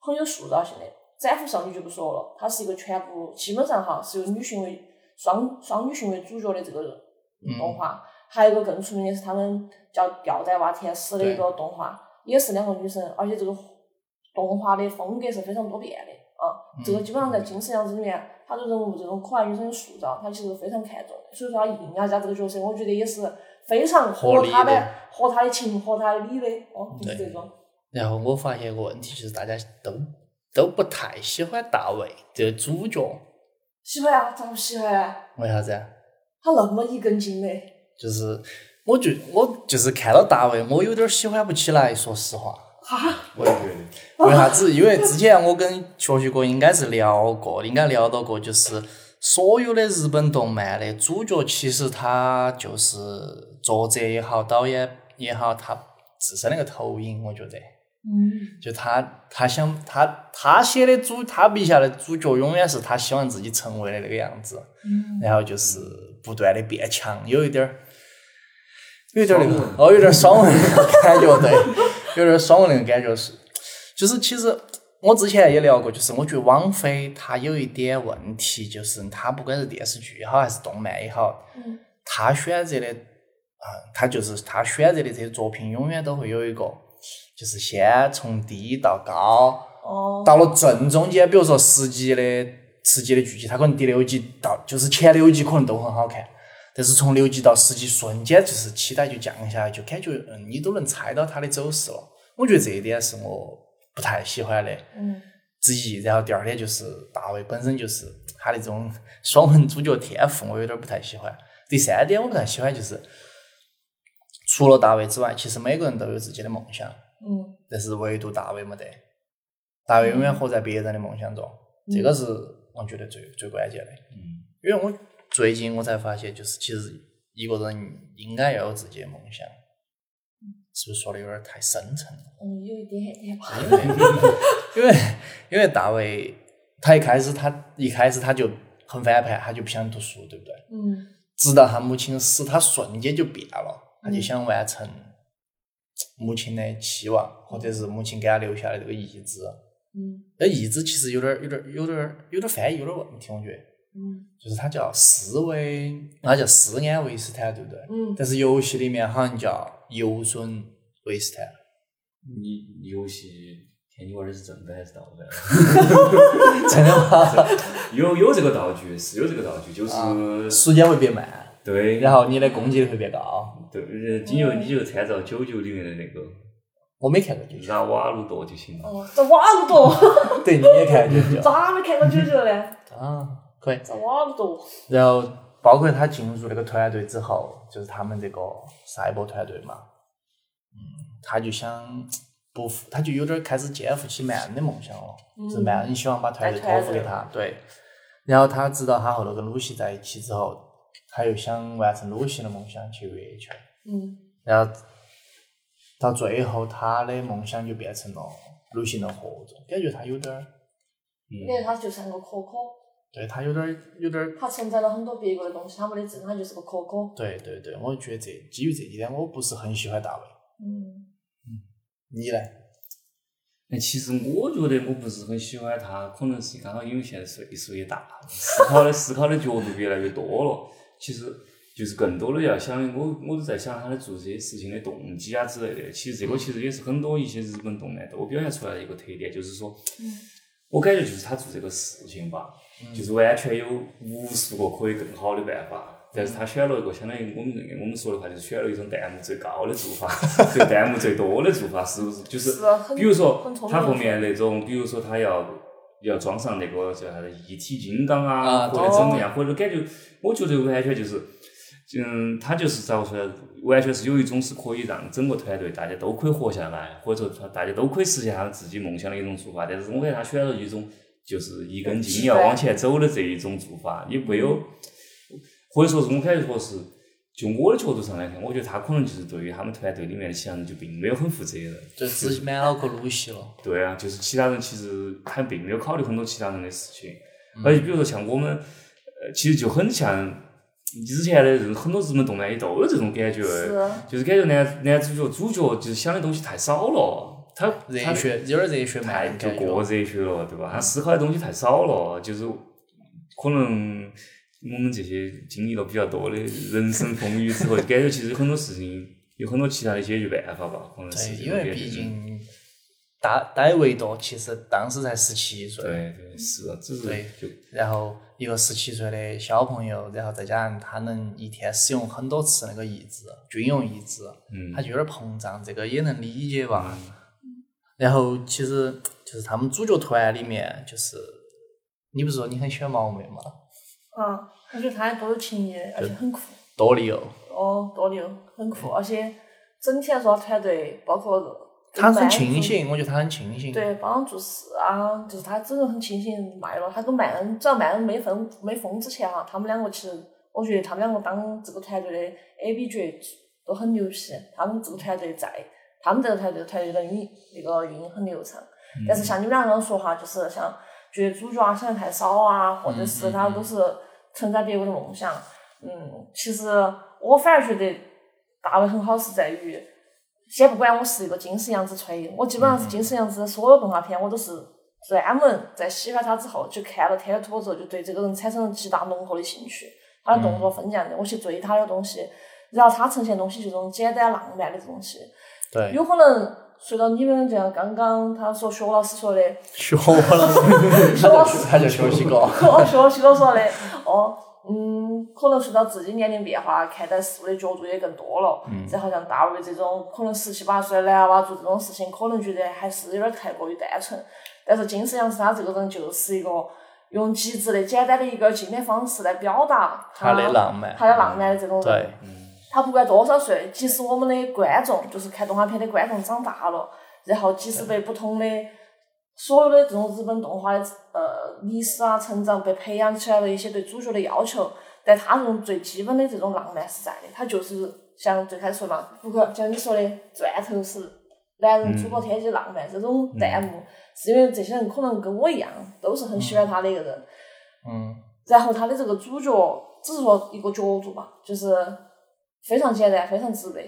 S3: 很有塑造性的。斩服少女就不说了，她是一个全部基本上哈是由女性为双双女性为主角的这个动画。还有一个更出名的是他们叫《吊带娃天使》的一个动画，也是两个女生，而且这个动画的风格是非常多变的啊。这个基本上在《金丝样子》里面，她对人物这种可爱女生的塑造，她其实非常看重的。所以说，她硬要加这个角色，我觉得也是非常
S1: 合
S3: 合
S1: 理
S3: 她的
S1: 的、
S3: 合她的情、合她的理的。哦，就是这种。
S1: 然后我发现一个问题，就是大家都都不太喜欢大卫这个主角，
S3: 喜欢啊，咋不喜欢啊？
S1: 为啥子啊？
S3: 她那么一根筋的，
S1: 就是我就我就是看到大卫，我有点儿喜欢不起来，说实话。
S3: 哈，
S2: 我也觉得，
S1: 为啥子？因为之前我跟学习哥应该是聊过，应该聊到过，就是所有的日本动漫的主角，其实他就是作者也好，导演也好，他自身那个投影，我觉得，
S3: 嗯，
S1: 就他他想他他写的主，他笔下的主角永远是他希望自己成为的那个样子，
S3: 嗯
S1: 然后就是不断的变强，有一点儿。有一点儿那个
S2: 爽，
S1: 哦，有点儿爽文那个感觉，对，有点儿爽文那个感觉是，就是其实我之前也聊过，就是我觉得网飞它有一点问题，就是它不管是电视剧也好，还是动漫也好，
S3: 嗯
S1: 呃它选择的啊，它就是它选择的这些作品，永远都会有一个就是先从低到高，
S3: 哦，
S1: 到了正中间，比如说十级的十级的剧集，它可能第六集到就是前六集可能都很好看，但是从六集到十集瞬间就是期待就降下来，就感觉嗯你都能猜到它的走势了。我觉得这一点是我不太喜欢的
S3: 嗯，
S1: 之一。然后第二点就是大卫本身就是他的这种爽文主角天赋，我有点不太喜欢。第三点我不太喜欢就是，除了大卫之外，其实每个人都有自己的梦想。
S3: 嗯，
S1: 但是唯独大卫没得，大卫永远活在别人的梦想中，这个是我觉得最最关键的。
S2: 嗯，
S1: 因为我最近我才发现，就是其实一个人应该要有自己的梦想，是不是说的有点太深沉了？
S3: 嗯，有一点点吧。
S1: 因为因为因为大卫他一开始他一开始他就很反叛，他就不想读书，对不对？
S3: 嗯
S1: 直到他母亲死，他瞬间就变了，他就想完成母亲的期望，或者是母亲给他留下的这个遗志。
S3: 嗯
S1: 那意志其实有点儿、有点儿、有点儿、有点儿翻译有点儿问题，我觉得，
S3: 嗯
S1: 就是它叫斯维，它叫斯安维斯坦，对不对？
S3: 嗯
S1: 但是游戏里面好像叫游隼维斯坦，
S2: 你游戏天，你玩的是正版还是盗版？
S1: 真的吗？
S2: 有有这个道具，是有这个道具，就是、
S1: 时间会变慢，
S2: 对，
S1: 然后你的攻击力会变高。
S2: 对，呃你就你就参照九九里面的那个
S1: 我没看过九九，
S2: 拉瓦鲁多就行了。
S3: 哦，这网多，
S1: 对，你也看过九九
S3: 咋没看过九九呢？
S1: 啊？可以。
S3: 这网多，
S1: 然后包括他进入那个团队之后，就是他们这个赛博团队嘛，嗯，他就想不负，他就有点开始肩负起曼恩的梦想了，就是曼恩希望把团队托付给他，对。然后他知道他后头跟鲁西在一起之后，他又想完成鲁西的梦想去月球，
S3: 嗯
S1: 然后到最后他的梦想就变成了鲁西的合作，感觉他有点儿，
S3: 感觉他就像个可可，
S1: 对他有点儿有点儿
S3: 他承载了很多别个的东西，他没得证，他就是个可可。
S1: 对对对，我觉得这基于这一点，我不是很喜欢大卫。
S3: 嗯
S1: 你呢？
S2: 那其实我觉得我不是很喜欢他，可能是刚好因为现在岁数也大了，思考的思考的角度越来越多了。其实就是更多的要想，我我都在想他的做这些事情的动机啊之类的。其实这个其实也是很多一些日本动漫都表现出来的一个特点，就是说，
S3: 嗯
S2: 我感觉就是他做这个事情吧，就是完全有无数个可以更好的办法。但
S3: 嗯
S2: 是他选了一个相当于我们我们说的话，就是选了一种弹幕最高的做法， 这个弹幕最多的做法，是不是？就是
S3: 是啊很
S2: 比如说
S3: 很聪明
S2: 他后面那种，比如说他要要装上那个叫啥子一体金刚
S1: 啊
S2: 啊，或者怎么样，或者感觉，我觉得完全就是，嗯，他就是咋个说，完全是有一种是可以让整个团队大家都可以活下来，或者说大家都可以实现他们自己梦想的一种做法。但是我感觉他选了一种就是一根筋要往前走的这一种做法，也没有，或者说是我感觉说是。就我的角度上来看，我觉得他可能就是对于他们团队里面的其他人就并没有很负责任，
S1: 就只是满脑壳鲁西了。
S2: 对啊，就是其他人其实他并没有考虑很多其他人的事情，
S1: 嗯
S2: 而且比如说像我们，呃，其实就很像之前的日很多日本动漫也都有这种感觉，
S3: 是
S2: 就是感觉男男主角主角就是想的东西太少了，他
S1: 热
S2: 他
S1: 血有点热血
S2: 太
S1: 漫
S2: 就
S1: 感觉。
S2: 过热血了，对吧？他思考的东西太少了，就是可能我们这些经历了比较多的人生风雨之后，感觉其实很多事情有很多其他的解决办法吧，可能
S1: 对，
S2: 是这
S1: 因
S2: 种
S1: 为
S2: 感
S1: 毕
S2: 觉
S1: 竟戴戴维多其实当时才十七岁，
S2: 对嗯对是，只是
S1: 对
S2: 就
S1: 然后一个十七岁的小朋友，然后再加上他能一天使用很多次那个意志，军用意志，
S2: 嗯
S1: 他就有点膨胀，这个也能理解吧。然后其实就是他们主角团里面，就是你不是说你很喜欢毛妹吗？
S3: 啊，我觉得他多有情谊，而且很酷。
S1: 多利欧，
S3: 哦，多牛，很酷，而且整体来说，团队包括
S1: 他
S3: 跟
S1: 很
S3: 班
S1: 清
S3: 主
S1: 醒，我觉得他很清醒。
S3: 对，帮他做事啊，就是他整个很清醒卖了。他跟曼恩，只要曼恩没疯没疯之前哈、啊他们两个其实，我觉得他们两个当这个团队的 A B 角都很牛皮。他们这个团队在，他们这个团队团队的运那个运营很流畅。
S2: 嗯
S3: 但是像你们两个说哈，就是像觉得主角啊想的太少啊，或者是他都是承载别个的梦想。嗯，其实我反而觉得大卫很好是在于，先不管我是一个近视杨紫吹，我基本上是近视杨紫的所有动画片我都是专门在喜欢他之后去看了《天的土之后，就对这个人产生了极大浓厚的兴趣。他的动作分量的，我去追他的东西，然后他呈现的东西就这种简单浪漫的东西。
S1: 对，
S3: 有可能随着你们这样刚刚他说薛老师说的，
S1: 学我了，
S3: 薛老师
S1: 他就休息 过。
S3: 哦，薛薛老师说的，哦，嗯，可能随着自己年龄变化，看待事物的角度也更多了。嗯。再好像大卫这种可能十七八岁的男娃做这种事情，可能觉得还是有点太过于单纯。但是金世阳是他这个人就是一个用极致的、简单的一个经典方式来表达
S1: 他的浪漫，嗯
S3: 他的浪漫的这种人。
S1: 对。
S3: 他不管多少岁，即使我们的观众，就是看动画片的观众长大了，然后即使被不同的所有的这种日本动画的呃历史啊成长被培养起来了一些对主角的要求，但他这种最基本的这种浪漫是在的，他就是像最开始说嘛，不可像你说的钻头是男人楚国天际浪漫、这种弹幕，是因为这些人可能跟我一样，都是很喜欢他的一个人，
S1: 嗯，
S3: 然后他的这个主角只是说一个角度吧，就是。非常简单，非常直白，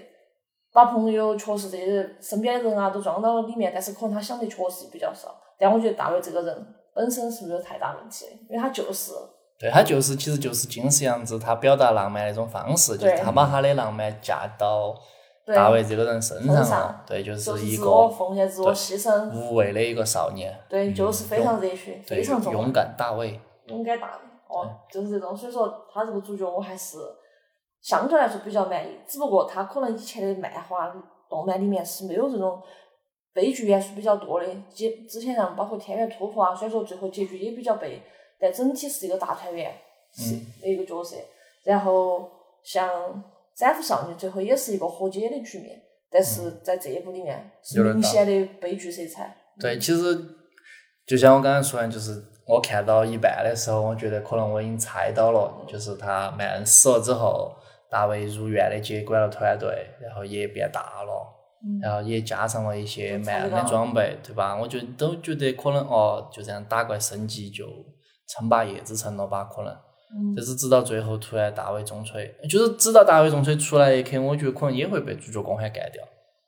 S3: 把朋友确实这些身边的人啊都装到里面，但是可能他想的确实比较少。但我觉得大卫这个人本身是没有太大问题的，因为他就是
S1: 对他就是，其实就是金石阳子他表达浪漫的一种方式，就
S3: 对
S1: 是他把他的浪漫嫁到
S3: 对
S1: 大卫这个人身上
S3: 身上
S1: 了，对，就
S3: 就是是
S1: 一
S3: 自
S1: 个
S3: 我奉献、自我
S1: 对
S3: 牺牲，
S1: 无畏的一个少年，
S3: 对，就是非常热血，
S1: 对，
S3: 非常重要
S1: 勇，敢大卫，
S3: 勇敢大胆，哦，就是这种。所以说他这个主角我还是相对来说比较满意，只不过他可能以前的漫画、动漫里面是没有这种悲剧元素比较多的，之之前像包括《天元突破》啊，虽然说最后结局也比较悲，但整体是一个大团圆是的一个角色。然后像《斩服少女》最后也是一个和解的局面，但是在这一部里面是
S1: 有点
S3: 明
S1: 大
S3: 显的悲剧色彩。
S1: 对，其实就像我刚才说的，就是我看到一半的时候，我觉得可能我已经猜到了，就是他曼恩死了之后，大卫如愿的接管了团队，然后也变大了，然后也加上了一些曼恩的装备，对吧？我觉得都觉得可能哦，就这样打怪升级就称霸叶之城了吧？可能。
S3: 嗯
S1: 就是直到最后，突然大卫中吹，就是直到大卫中吹出来一刻，我觉得可能也会被主角光环干掉。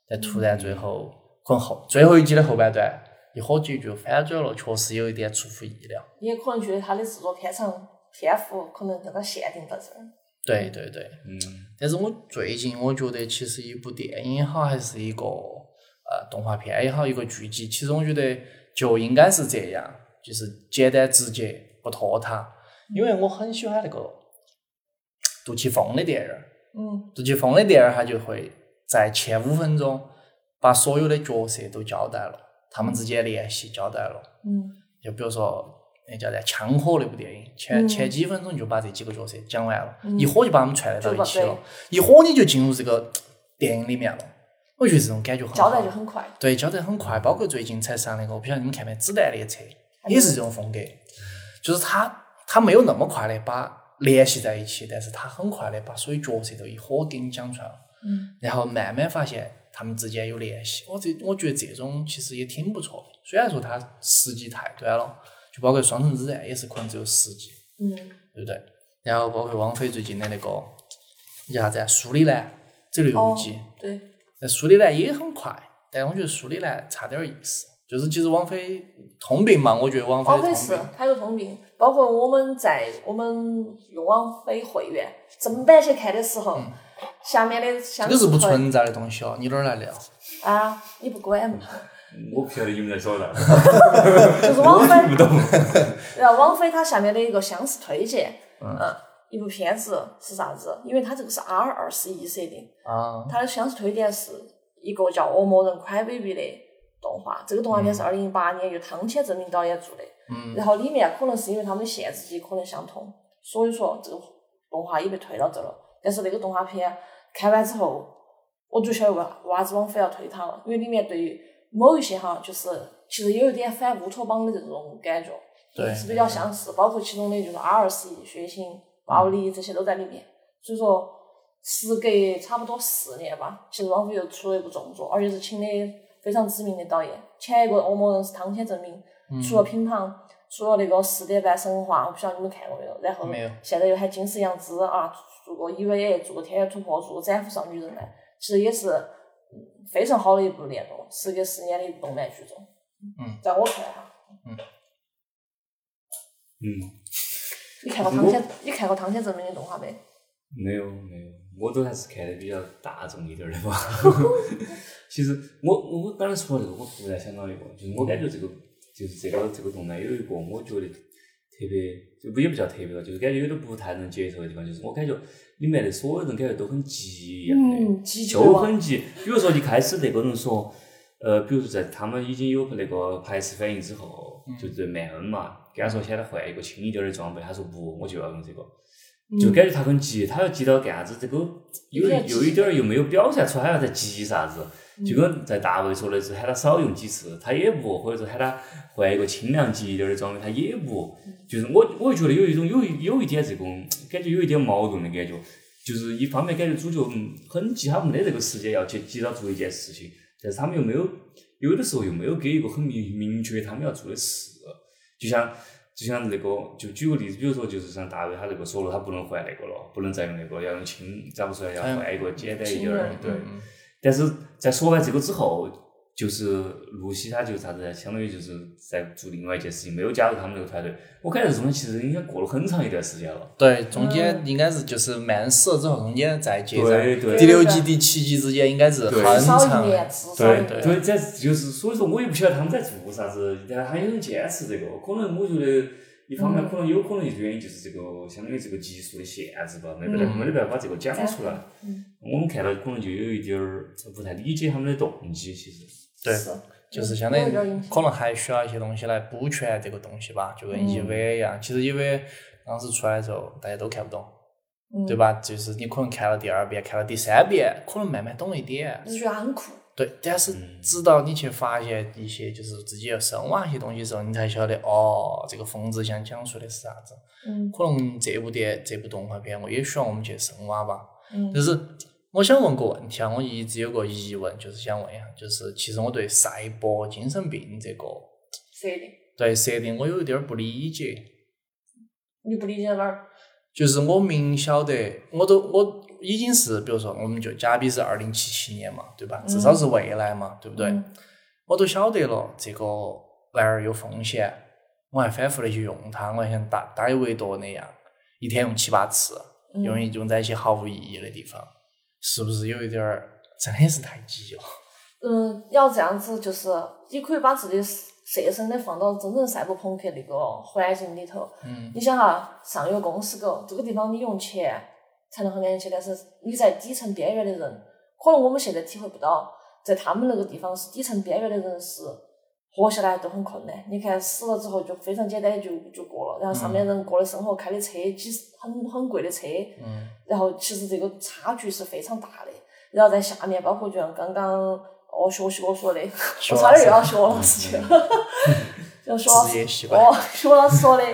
S1: 但突然最后，可能后最后一集的后半段一火局就反转了，确实有一点出乎意料。
S3: 也可能觉得他的制作片长篇幅可能跟他限定到这儿。
S1: 对对对，
S2: 嗯，
S1: 但是我最近我觉得，其实一部电影也好，还是一个呃动画片也好，一个剧集，其实我觉得就应该是这样，就是简单直接，不拖沓。因为我很喜欢那个杜琪峰的电影儿。
S3: 嗯，
S1: 杜琪峰的电影儿，他就会在前五分钟把所有的角色都交代了，他们之间联系交代了。
S3: 嗯，
S1: 就比如说那叫啥《枪火》那部电影，前、
S3: 嗯
S1: 前几分钟就把这几个角色讲完了，
S3: 嗯
S1: 一火就把他们串联到一起
S3: 就
S1: 了
S3: 把，
S1: 一火你就进入这个电影里面了。我觉得这种感觉很好
S3: 交代就很快。
S1: 对，交代很快，包括最近才上那个，我不晓得你们看没，《子弹列车》
S3: 嗯
S1: 也是这种风格，就是他他没有那么快的把联系在一起，但是他很快的把所有角色都一伙给你讲出来了，
S3: 嗯，
S1: 然后慢慢发现他们之间有联系。我这我觉得这种其实也挺不错的，虽然说它时机太短了，就包括《双城之战》也是可能只有十集，
S3: 嗯，
S1: 对不对？然后包括王菲最近的那个叫啥子啊《苏里南》，只有六
S3: 哦
S1: 集。，
S3: 对，
S1: 但苏里南也很快，但我觉得苏里南差点意思。就是其实王菲通病嘛，我觉得王
S3: 王
S1: 菲
S3: 菲
S1: 的通
S3: 是
S1: 病。
S3: 他有通病，包括我们在我们用王菲会员正版去看的时候，下面的
S1: 嗯这
S3: 相
S1: 个是不
S3: 似会
S1: 存在的东西哦，你哪儿来的哦？
S3: 啊，你不管 嘛，
S2: 嗯我不晓得你们在说 啥，
S3: 就是王
S2: 我听
S3: 菲
S2: 不，懂。
S3: 然后王菲她下面的一个相似推荐，嗯，一部片子是啥子？因为它这个是 R 二十一设定，
S1: 啊，
S3: 它的相似推荐是一个叫《恶魔人 Crybaby》的动画，这个动画片是二零一八年由汤浅证明导演做的。
S1: 嗯
S3: 然后里面可能是因为他们的限制级可能相同，所以说这个动画也被推到这了。但是那个动画片看完之后，我就晓得为为啥子王菲要推它了，因为里面对于某一些哈，就是其实有一点反乌托邦的这种感觉，
S1: 对
S3: 是比较相似，包括其中的就是 R 十一、血腥、暴力这些都在里面。所以说，时隔差不多四年吧，其实王菲又出了一部重作，而且是请的非常知名的导演。前一个《恶魔人》是汤浅证明，
S1: 嗯
S3: 除了《乒乓》，除了那个《四点半神话》，我不晓得你们看过没有？然后
S1: 没有
S3: 现在又喊《金石良知》啊，做过 EVA，做过《天元突破》，做过《斩服少女人》来，其实也是嗯非常好的一部联动，时隔十年的一部动漫剧种。
S1: 嗯，
S3: 在我看来啊哈，
S2: 嗯，
S3: 你看过汤浅，你看过汤浅证明的动画没？
S2: 没有没有，我都还是看的比较大众一点儿的 吧。其实我我我刚才说到这个，我突然想到一个，就是我感觉这个就是这个这个动漫有一个我觉得特别就不也不叫特别吧，就是感觉有点不太能接受的地方，就是我感觉里面的所有人感觉都很急一样的。
S3: 嗯，急救
S2: 就
S3: 啊，
S2: 很急。比如说一开始那个人说，呃，比如说在他们已经有那个排斥反应之后，
S3: 嗯
S2: 就是慢恩嘛，跟他说现在换一个轻一点儿的装备，他说不，我就要用这个，就感觉他很急，他要急到干啥子？这个有
S3: 嗯有点急嗯
S2: 有一点儿又没有表现出来，还要再急啥子？就跟在大卫说的是喊他少用几次，他也不，或者说喊他换一个轻量级一点儿的装备，他也不，
S3: 嗯
S2: 就是我我觉得有一种有一有一点这种感觉，有一点矛盾的感觉，就是一方面感觉主角嗯很急，他没得这个时间要去急到做一件事情，但是他们又没有，有的时候又没有给一个很明明确他们要做的事，就像就像那个，就举个例子，比如说就是像大卫他那个说了，他不能换那个了，不能再用那个，要用轻，咋不说要
S1: 嗯
S2: 换一个简单一
S3: 轻
S2: 点儿
S3: 人
S2: 的，对。但是在说完这个之后，就是露西她就啥子呢，相当于就是在做另外一件事情，没有加入他们那个团队。我感觉这种其实应该过了很长一段时间了。
S1: 对，中间
S3: 嗯
S1: 应该是就是慢死了之后，中间再接
S2: 对
S1: 上。
S2: 对
S1: 第六集、第七集之间应该是很
S2: 对
S3: 嗯至少
S1: 长
S3: 一
S1: 的
S3: 年，。至少一
S1: 对
S3: 年。
S1: 对
S2: 对，这就是所以说我也不晓得他们在做啥子，但他也很坚持这个。可能我觉得一方面可能有可能一个原因就是这个相当于这个技术的限制吧，没办法
S3: 嗯
S2: 没得办法把这个讲出来。
S3: 嗯
S2: 我们看到可能就有一点儿不太理解他们的动机，其实。
S1: 对
S3: 是
S1: 就是相当于
S3: 嗯有点影响嗯
S1: 可能还需要一些东西来补全这个东西吧，就跟 EVA 一样。其实 EVA 当时出来的时候，大家都看不懂，
S3: 嗯
S1: 对吧？就是你可能看了第二遍，看了第三遍，可能慢慢懂一点。
S3: 嗯就觉得很酷。
S1: 对，但是
S2: 嗯
S1: 直到你去发现一些就是自己要深挖一些东西的时候，你才晓得哦，这个疯子想讲述的是啥子。
S3: 嗯
S1: 可能这部电这部动画片，我也需要我们去深挖吧。
S3: 嗯
S1: 就是我想问个问题啊，我一直有个疑问，就是想问一下，就是其实我对赛博精神病这个
S3: 设定，
S1: 对设定我有一点儿不理解。
S3: 你不理解哪儿？
S1: 就是我明晓得，我都我已经是，比如说我们就假比是二零七七年嘛，对吧？至少是未来嘛，对不对？
S3: 嗯
S1: 我都晓得了这个玩意儿有风险，我还反复的去用它，我还像打打一维多那样，一天用七八次，
S3: 嗯
S1: 用一用在一些毫无意义的地方，是不是有一点儿真的是太急了？
S3: 嗯，要这样子，就是你可以把自己设身的放到真正赛博朋克那个环境里头。
S1: 嗯
S3: 你想哈，上有公司狗，这个地方你用钱才能很安全，但是你在底层边缘的人，可能我们现在体会不到，在他们那个地方是底层边缘的人是活下来都很困难。你看死了之后就非常简单的就就过了，然后上面人过的生活，开的车几十很很贵的车，
S1: 嗯
S3: 然后其实这个差距是非常大的。然后在下面，包括就像刚刚哦学习我说的，
S1: 学
S3: 我
S1: 老师
S3: 差点又要学老师去了，就学老
S1: 职业习
S3: 师
S1: 惯
S3: 哦， 学老师说的。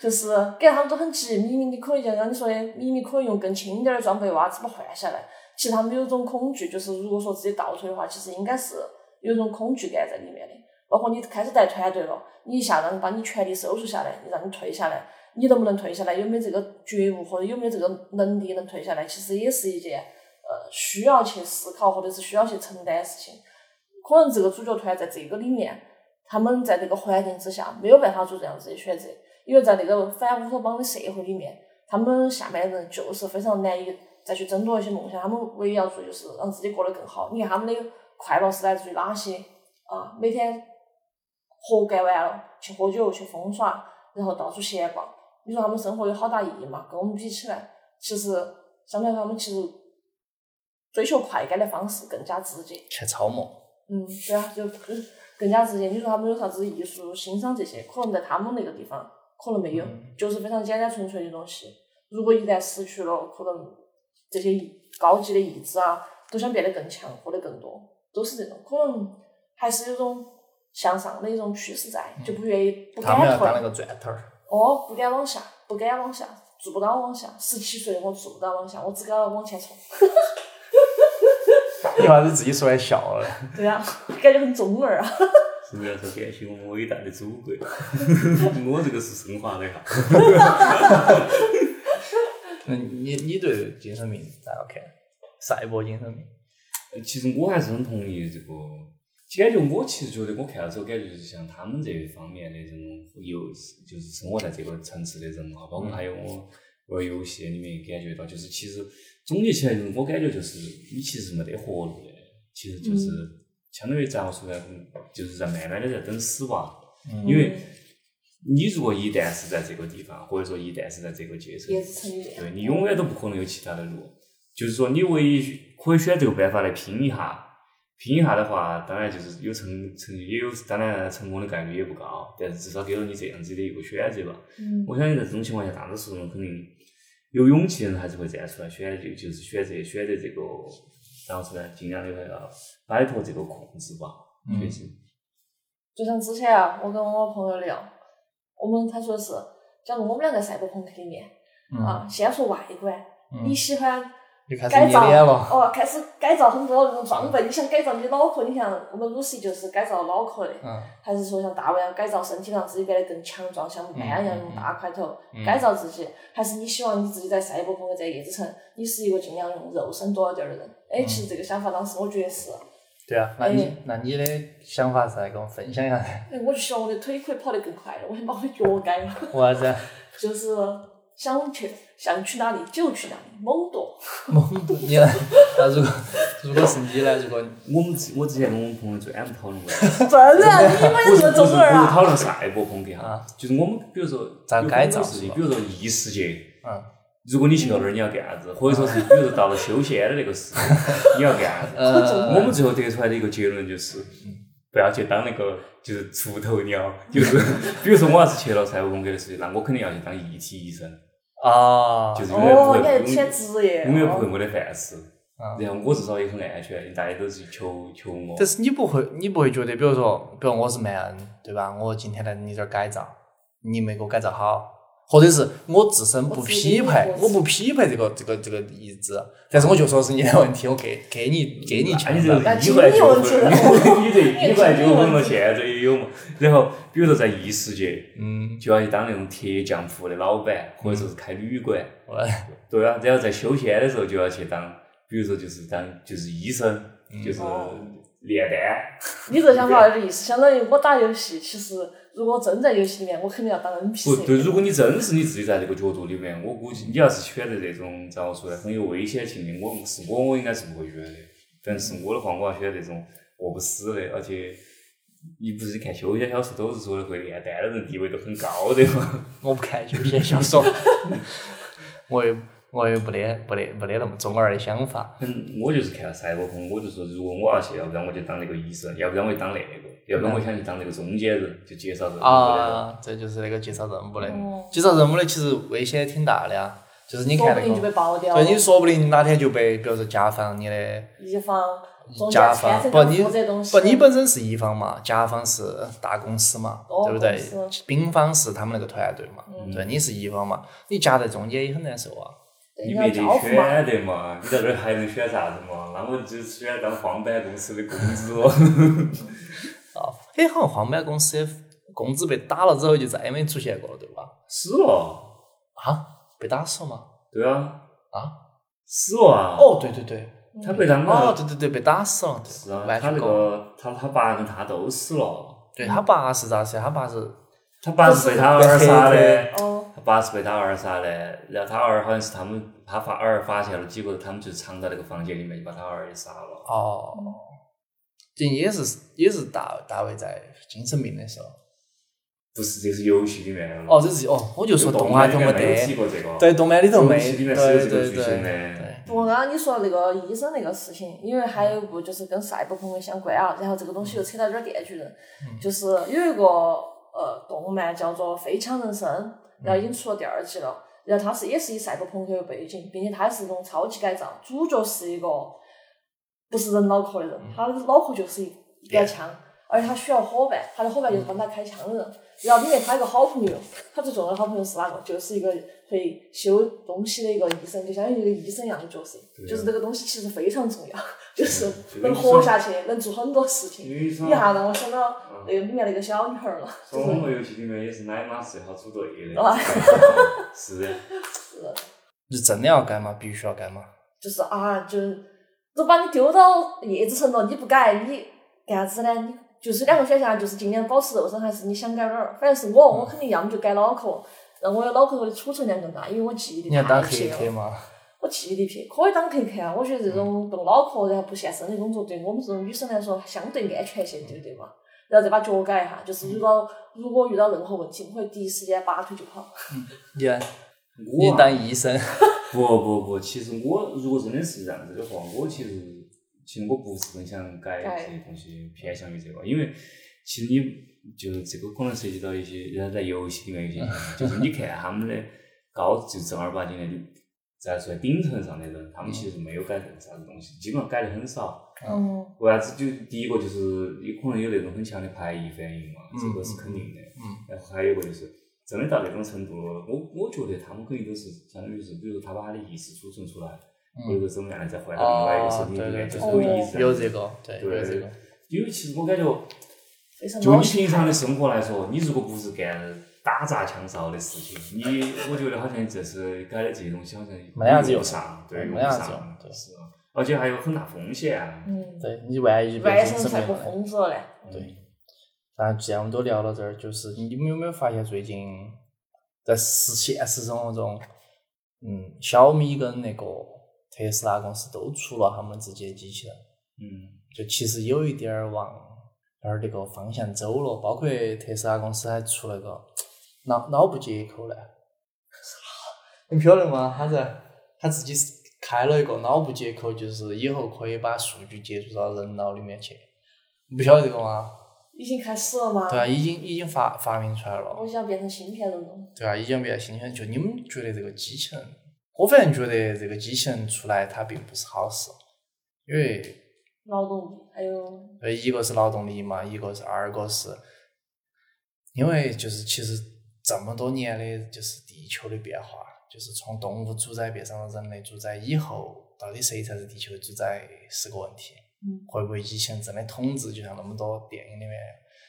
S3: 就是感觉他们都很急，明明你可以就像你说的，明明可以用更轻点儿的装备哇，怎么换下来？其实他们有一种恐惧，就是如果说自己倒退的话，其实应该是有一种恐惧感在里面的。包括你开始带团队了，你一下让你把你权力收束下来，你让你退下来，你能不能退下来？有没有这个觉悟或者有没有这个能力能退下来？其实也是一件呃需要去思考或者是需要去承担的事情。可能这个主角团在这个里面，他们在这个环境之下没有办法做这样子的选择，因为在那个呃反乌托邦的社会里面，他们下面的人就是呃非常难以再去争夺一些梦想，他们唯一要做就是让自己过得更好。你看他们的快乐是来自于哪些啊？每天活干完了，去喝酒，去疯耍，然后到处呃闲逛。你说他们生活有好大意义嘛？跟我们比起来，其实相对来说，他们其实追求快感的方式更加直接。
S1: 去超模，
S3: 嗯，对啊，就更更加直接。你说他们有啥子艺术欣赏这些，可能在他们那个地方可能没有，
S1: 嗯
S3: 就是非常简单纯粹的东西。如果一旦失去了，可能这些意高级的意志啊，都想变得更强，获得更多，都是这种。可能还是有种向上的一种趋势在，就不愿意
S1: 嗯
S3: 不
S1: 他们要
S3: 敢退
S1: 当，那个砖头儿。
S3: 哦，不敢往下，不敢往下，做不到往下。十七岁我做不到往下，我只敢往前冲。
S1: 你娃子自己说来笑了。
S3: 对啊，感觉很中二啊。
S2: 是不是要说感谢我们伟大的祖国？我这个是升华了一下。
S1: 嗯，你你对精神病咋个看？赛博精神病？
S2: 呃其实我还是很同意这个。感觉我其实觉得，我看了之后，感觉就是像他啊
S3: 嗯
S2: 们这一方面的这种有，就是生活在这个层次的人哈，包括还有我玩游戏，你没感觉到，就是其实总结起来，就是我感觉就是你其实没得活路的，其实就是
S3: 嗯
S2: 相当于咋个说呢，就是在慢慢的在等死亡，因为
S3: 嗯
S2: 你如果一旦是在这个地方，或者说一旦是在这个阶层，
S3: 也是成语。
S2: 对你永远都不可能有其他的路，就是说你唯一可以选这个办法来拼一下，拼一下的话，当然就是有成成也有，当然成功的概率也不高，但是至少给了你这样子的一个选择吧。
S3: 嗯
S2: 我相信在这种情况下，大多数人肯定有勇气的人还是会站出来选择，就是选择选择这个，然后出来尽量的要摆脱这个控制吧，
S1: 嗯
S2: 确实。
S3: 就像之前啊，我跟我朋友聊，我们他说是，假如我们两个赛博朋克里面、
S1: 嗯，
S3: 啊，先说外观，
S1: 嗯
S3: 你喜欢
S1: 又开始
S3: 改
S1: 捏
S3: 造
S1: 脸了。
S3: 哦，开始改造很多那种装备，你想改造你的脑壳，你像我们 Lucy 就是改造脑壳的，
S1: 嗯
S3: 还是说像大卫要改造身体，让自己变得更强壮，像麦一样用大块头、
S1: 嗯
S3: 改造自己，还是你希望你自己在赛博朋克在叶子城，你是一个尽量用肉身多一点的人？哎，
S1: 嗯
S3: 其实这个想法当时我觉得是，
S1: 对啊，那你
S3: 哎
S1: 那你的想法是来跟我分享一下 噻？
S3: 哎，我就希望我的腿可以跑得更快了，我想把我的脚改了，
S1: 我啥子？
S3: 就是想去想去哪里就去哪里，猛跺。
S1: 懵懂你呢？ 那如果如果是你呢？如果
S2: 我们之我之前跟我们朋友专门讨论过，
S3: 真的，你们
S2: 不是
S3: 也是
S2: 不
S3: 中
S2: 是
S3: 国
S2: 不是
S3: 人啊？
S2: 讨论赛博朋克
S1: 啊
S2: 哈，就是我们比如说
S1: 咋
S2: 有
S1: 改
S2: 很多
S1: 造
S2: 事
S1: 是
S2: 情，
S1: 吧
S2: 比如说异世界，
S1: 嗯
S2: 如果你去到那儿，你要干啥子？或者说是，比如说到了修仙的那个时候，你要干啥 子？
S3: 嗯
S2: 我们最后得出来的一个结论就是，不要去当那个就是出头鸟。就是， 比如说我要是去了赛博朋克的世界，那我肯定要去当一体医生，
S1: 啊
S2: 就是永远不
S3: 哦，
S2: 会
S3: 你还
S2: 不
S3: 偏职业，
S2: 永远不会没得饭吃
S1: 啊。
S2: 然后我至少也很安全，大家都是求求我
S1: 但。是你不会，你不会觉得，比如说，比如我是蛮人，对吧？我今天来你这儿改造，你没给我改造好，或者是我自身不
S3: 我自己
S1: 匹配，
S3: 我
S1: 我不匹配这个这个这个意志，但是我就说是你的问题，我给给你给嗯你
S2: 那
S1: 钱
S2: 你这
S1: 了。
S2: 个一 块纠纷， 你这一块纠纷到现在也有嘛？然后比如说在异世界，
S1: 嗯，
S2: 就要去当那种铁匠铺的老板，或者说是开旅馆。
S1: 我
S2: 对啊，然后在修仙的时候就要去当，比如说就是当就是医生，
S1: 嗯
S2: 就是炼丹。
S3: 你这想法有点意思，相当于我打游戏，其实如果真在游戏里面，我肯定要当
S2: 不
S3: NPC。
S2: 对，如果你真是你自己在这个角度里面，我估计你要是选择这种咋个说呢，很有危险性的，我是我我应该是不会选的。但是我的话，我要选这种饿不死的，而且你不是看修仙小说都是说的会炼丹的人地位都很高的嘛？
S1: 我不看有些小说，我也我也不得不得不得那么中二的想法。
S2: 嗯，我就是看了赛博朋克，我就说如果我要去，要不然我就当那个医生，要不然我就当那个，要不然我想去当那个中间人，就介绍人物的那个。
S1: 啊，这就是那个介绍任务的
S3: 哦，
S1: 介绍任务的其实危险挺大的啊，就是你
S3: 说
S1: 看
S3: 不
S1: 那
S3: 定就被
S1: 个，
S3: 爆掉了
S1: 对，。你说不定哪天就被比如说甲方你的
S3: 一方中间
S1: 甲
S3: 牵
S1: 方
S3: 扯
S1: 不
S3: 到
S1: 你
S3: 负责东西，
S1: 不你本身是乙方嘛，甲方是大公司嘛，
S3: 哦
S1: 对不对
S3: 公？嗯
S1: 丙方是他们那个团队嘛，对，你是乙方嘛，你夹在中间也很难受啊。
S3: 对
S2: 你
S3: 你要
S2: 没得
S3: 交付嘛。
S2: 选得嘛，你在这儿还能选啥子嘛？那我就选当荒坂公司的公子 哦。
S1: 啊，哎，好像黄板公司的工资被打了之后就再也没出现过了，对吧？
S2: 死了，
S1: 啊，被打死了吗？
S2: 对啊，
S1: 啊？
S2: 死了啊！，
S1: 哦，对对对，
S2: 他被当
S1: 哦，
S2: 了。
S1: 对对对，被打死了，
S2: 是
S1: 对
S2: 啊，
S1: 完
S2: 他
S1: 全
S2: 那
S1: 够。
S2: 个他他爸跟他都死了，
S1: 对他爸是咋子？他爸是
S2: 他爸是被他儿杀的，
S3: 哦，
S2: 他爸是被他儿杀的，然后他儿好像是他们他发儿发现了，结果他们就藏在那个房间里面，就把他儿也杀了。
S1: 哦，这也是也是大大卫在精神病的时候。
S2: 不是，这是游戏里面的。
S1: 哦，这是哦，我就说动画
S2: 漫
S1: 就
S2: 里
S1: 没
S2: 面没有提
S1: 得。
S2: 过这个。
S1: 对，动漫里头没
S2: 游戏里
S1: 对
S2: 面是有这
S1: 对
S2: 个
S1: 对
S2: 剧情的
S1: 对，
S3: 不过刚刚你说那个医生那个事情，因为还有一部就是跟赛博朋克相关啊，然后这个东西又扯到点儿电锯人，就是有一个呃动漫叫做《飞翔人生》，然后已经出了第二季了，然后它是也是以赛博朋克为背景，并且它是一种超级改造，主角是一个不是人脑壳的人，他的脑壳就是一一杆枪，而且他需要伙伴，他的伙伴就是帮他开枪的人。然后里面他有个好朋友，他最重要的好朋友是哪个？就是一个会修东西的一个医生，就相当于一个医生一样的角色。
S2: 对啊
S3: 就是这个东西其实非常重要，就是
S2: 就跟
S3: 能
S2: 你
S3: 活
S2: 说
S3: 下去，能做很多事情。
S2: 女生
S3: 一下让我想到那个里面那个小女孩儿了，就
S2: 说
S3: 是
S2: 网络游戏里面也是奶妈是最好组 队的
S3: 啊，
S2: 是的，
S1: 是真的要改吗？必须要改吗？
S3: 就是啊，就是都把你丢到叶子城了，你不改，你干啥子呢？你就是两个选项，就是尽量保持肉身，还是你想改哪儿？反正是我，我肯定要么就改脑壳，让我脑壳头的储存量更大，因为我记忆力
S1: 你要
S3: 太
S1: 当
S3: 撇
S1: 黑客。
S3: 了
S1: 嘛？
S3: 我记忆力撇，可以当黑客啊！我觉得这种动脑壳然后不现身的工作，对我们这种女生来说相对安全些，对不对嘛？然后再把脚改一下，就是如果如果遇到任何问题，我会第一时间拔腿就跑。
S1: 你啊
S2: 我
S1: 你
S2: 啊
S1: 当医生，
S2: 不不不，其实我如果真的是这样子的话，我其实其实我不是很想改这些东西，偏向于这个，因为其实你就是这个可能涉及到一些，人家在游戏里面有些，就是你看他们的高就正儿八经的在说顶层上的人，他们其实没有改啥子东西，基本上改的很少。
S3: 嗯，
S2: 为啥子？就第一个就是有可能有那种很强的排异反应嘛，
S1: 嗯
S2: 这个是肯定的。
S1: 嗯
S2: 然后还有一个就是，真的到那种程度了，我我觉得他们肯定都是相当于是，比如说他把他的意识储存出来，或者
S1: 嗯，
S2: 说怎么样的，再换到另外一个身体
S1: 啊
S2: 里面，就
S1: 对对
S2: 是有意识。
S1: 有这个，对，
S2: 对
S1: 有这个，
S2: 因为其实我感觉，
S3: 非常
S2: 就
S3: 老
S2: 你
S3: 实
S2: 平常的生活来说，你如果不是干打砸抢烧的事情，你我觉得好像就是改了这些东西，好像
S1: 没啥子
S2: 用
S1: 用
S2: 不上，对，用
S1: 没
S2: 不
S1: 啥子
S2: 上
S1: 用，对
S2: 是啊，而且还有很大风险啊。嗯
S3: 嗯，
S1: 对你万一
S3: 万
S1: 被
S3: 一
S1: 精
S3: 是
S1: 神
S3: 太
S1: 病
S3: 过
S1: 了。
S3: 疯子了嘞，
S1: 对，那既然我们都聊到这儿，就是你们有没有发现最近在实现实生活中，嗯，小米跟那个特斯拉公司都出了他们自己的机器人，
S2: 嗯
S1: 就其实有一点儿往那儿那个方向走了，包括特斯拉公司还出了个脑脑部接口嘞， 你不晓得吗？他在他自己是开了一个脑部接口，就是以后可以把数据接入到人脑里面去，你不晓得这个吗？
S3: 已经开始了吗？
S1: 对啊，已经已经发发明出来
S3: 嗯我
S1: 了，
S3: 想变成芯片人了。
S1: 对啊，已经比较新鲜。就你们觉得这个机器人，我反正觉得这个机器人出来它并不是好事，因为
S3: 劳动力，还有
S1: 呃一个是劳动力嘛，一个是二个是，因为就是其实这么多年的就是地球的变化，就是从动物主宰变成了人类主宰以后，到底谁才是地球的主宰是个问题。
S3: 嗯，
S1: 会不会机器人真的统治，就像那么多电影里面，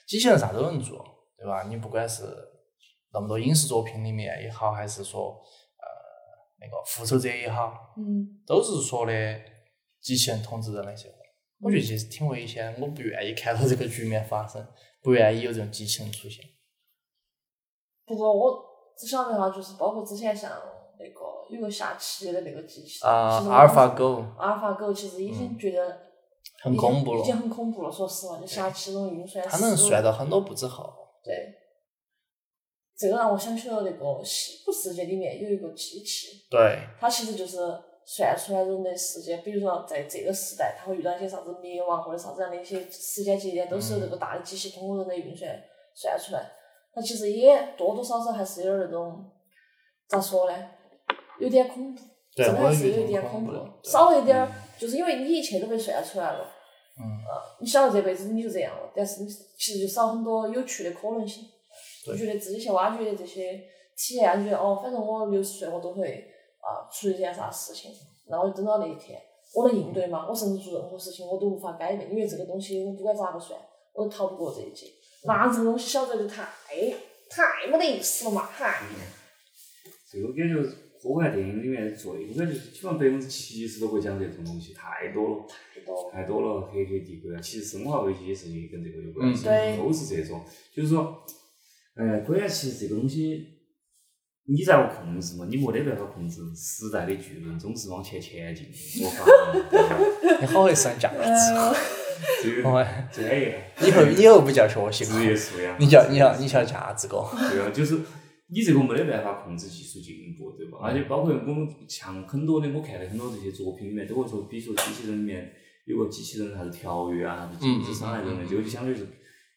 S1: 机器人啥都能做，对吧？你不管是那么多影视作品里面也好，还是说呃那个复仇者也好，
S3: 嗯，
S1: 都是说的机器人统治人类社会。我觉得其实挺危险的，我不愿意看到这个局面发生，不愿意有这种机器人出现。
S3: 不过我只想的话就是，包括之前像那个有个下棋的那个机器，
S1: 啊
S3: 其实，我
S1: 阿尔法狗
S3: 阿尔法狗其实已经觉得
S1: 很
S3: 已经
S1: 恐怖
S3: 已经
S1: 了，
S3: 很恐怖了。说实话，就下棋这种运算，
S1: 它能算到很多步之后。
S3: 对。这个让我想起了那个《西部世界》里面有一个机器，
S1: 对，
S3: 它其实就是算出来人类世界，比如说在这个时代，它会遇到一些啥子灭亡或者啥子样的一些时间节点，都是由这个大的机器通过人类运算算出来。它其实也多多少少还是有点儿那种，咋说呢？有点恐怖，
S1: 对
S3: 真的
S1: 我
S3: 还
S1: 也
S3: 是
S1: 觉得
S3: 有点
S1: 很
S3: 恐
S1: 恐
S3: 怖
S1: 怖的，对
S3: 少了一点儿，就是因为你一切都被算出来了。呃
S1: 嗯，
S3: 你晓得这辈子你就这样了，但是你其实就少很多有趣的可能性。
S1: 对
S3: 我觉得自己去挖掘这些体验，觉得哦，反正我六十岁我都会啊出一件啥事情，那我就等到那一天，我能应对吗？我甚至做任何事情我都无法改变，因为这个东西我不管咋个算，我都逃不过这一劫。那这个东西晓得就太太没得意思了嘛，嗨，
S2: 这个感觉科幻电影里面最，我感觉基本上百分之七十都会讲这种东西，太多了，
S3: 太多了。
S2: 太多了。黑客帝国啊，其实生化危机也是跟这个有关系，
S3: 嗯对
S2: 都是这种，就是说，呃，关键其实这个东西。你在乎控制嘛？你没得办法控制。时代的巨人总是往前前进，我发现，对 吧？
S1: 你好会上价值，
S2: 这个
S1: 我
S2: 专业、
S1: 以后以后不叫学习
S2: 职业素养，
S1: 你叫你叫你叫价值哥。
S2: 对啊，就是你这个没得办法控制技术进步，对吧？而且包括我们像很多的，我看的很多这些作品里面都会说，比如说机器人里面有个机器人啥子条约啊，啥子禁止伤害人类，这个就相当于是，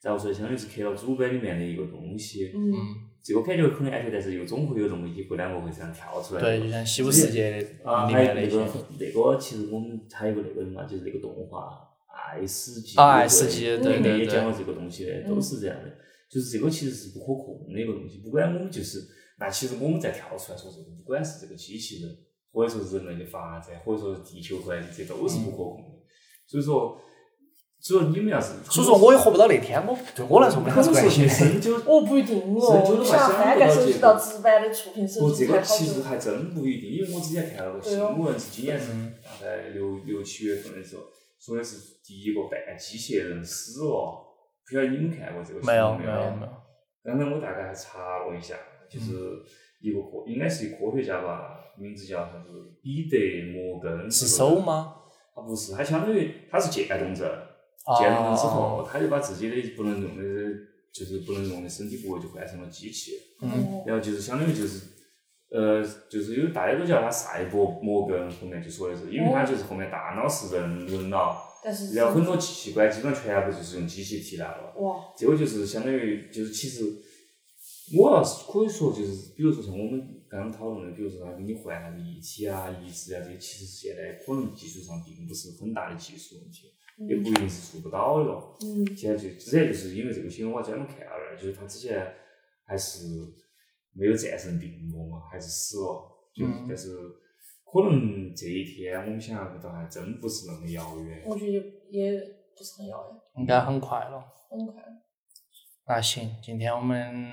S2: 咋个说，相当于是刻到主板里面的一个东西。
S3: 嗯，
S2: 这个感觉可能安全，但是又总会有那么一个两个会这样跳出来。
S1: 对，就像《西部世界》
S2: 啊，
S1: 的里
S2: 还
S1: 面
S2: 有
S1: 的一
S2: 那
S1: 些
S2: 个那个，其实我们还有个那个的嘛，就是那个动画《爱死机》
S1: 啊爱死机对
S2: 里面
S1: 对
S2: 也
S1: 对
S2: 讲了这个东西的，都是这样的。就是这个其实是不可控的一个东西，不管我们就是，那其实我们再跳出来说这个，不管是这个机器人，或者说是人类的发展，或者说是地球环境，这都是不可控的。所以说，所以说你们要是，
S1: 所以说我也活不到那天，我对我来说没啥
S2: 可
S1: 子
S2: 能
S1: 关
S2: 说
S1: 系
S2: 你。深究
S3: 我不一定
S2: 深究
S3: 哦，
S2: 的
S3: 你
S2: 话
S3: 想
S2: 想
S3: 翻
S2: 不
S3: 盖
S2: 到
S3: 手
S2: 这
S3: 机到
S2: 个
S3: 直板的触屏手
S2: 不，这
S3: 机才
S2: 个
S3: 好
S2: 其
S3: 久
S2: 实。还真不一定，因为我之前看了个
S3: 哦
S2: 新闻，是今年是大概六六七月份的时候，说的是第一个半机械人哦死了，不晓得你们看过这个新
S1: 没有嗯
S2: 闻
S1: 没有
S2: 有
S1: 没有，
S2: 刚才我大概还查了一下，就是一个科应该是一科学家吧，名字叫啥子彼得摩根
S1: 是
S2: 手
S1: 手？吗？
S2: 他不是，他相当于他是借动症，
S1: 啊
S2: 借动症之后，他就把自己的不能用的，就是不能用的身体部位就换成了机器，
S1: 嗯
S2: 然后就是相当于就是，呃，就是因为大家都叫他赛博摩根，后面就说的是，因为他就是后面大脑是人人脑，
S3: 但是
S2: 然后很多器官基本上全部就是用机器替代了。
S3: 哇，
S2: 这个就是相当于就是其实我要是可以说就是，比如说像我们刚刚讨论的，比如说他给你换啥子一体啊、移植啊这些，其实现在可能技术上并不是很大的技术问题，也不一定是做不到的了。
S3: 嗯
S2: 现在就之前就是因为这个新闻我专门看了，就是他之前还是没有战胜病魔嘛，还是死了，就是、
S1: 嗯
S2: 但是可能这一天我们想象不到，还真不是那么遥远。
S3: 我觉得也不是很遥远，
S1: 应该很快了。
S3: 很快。
S1: 那行，今天我们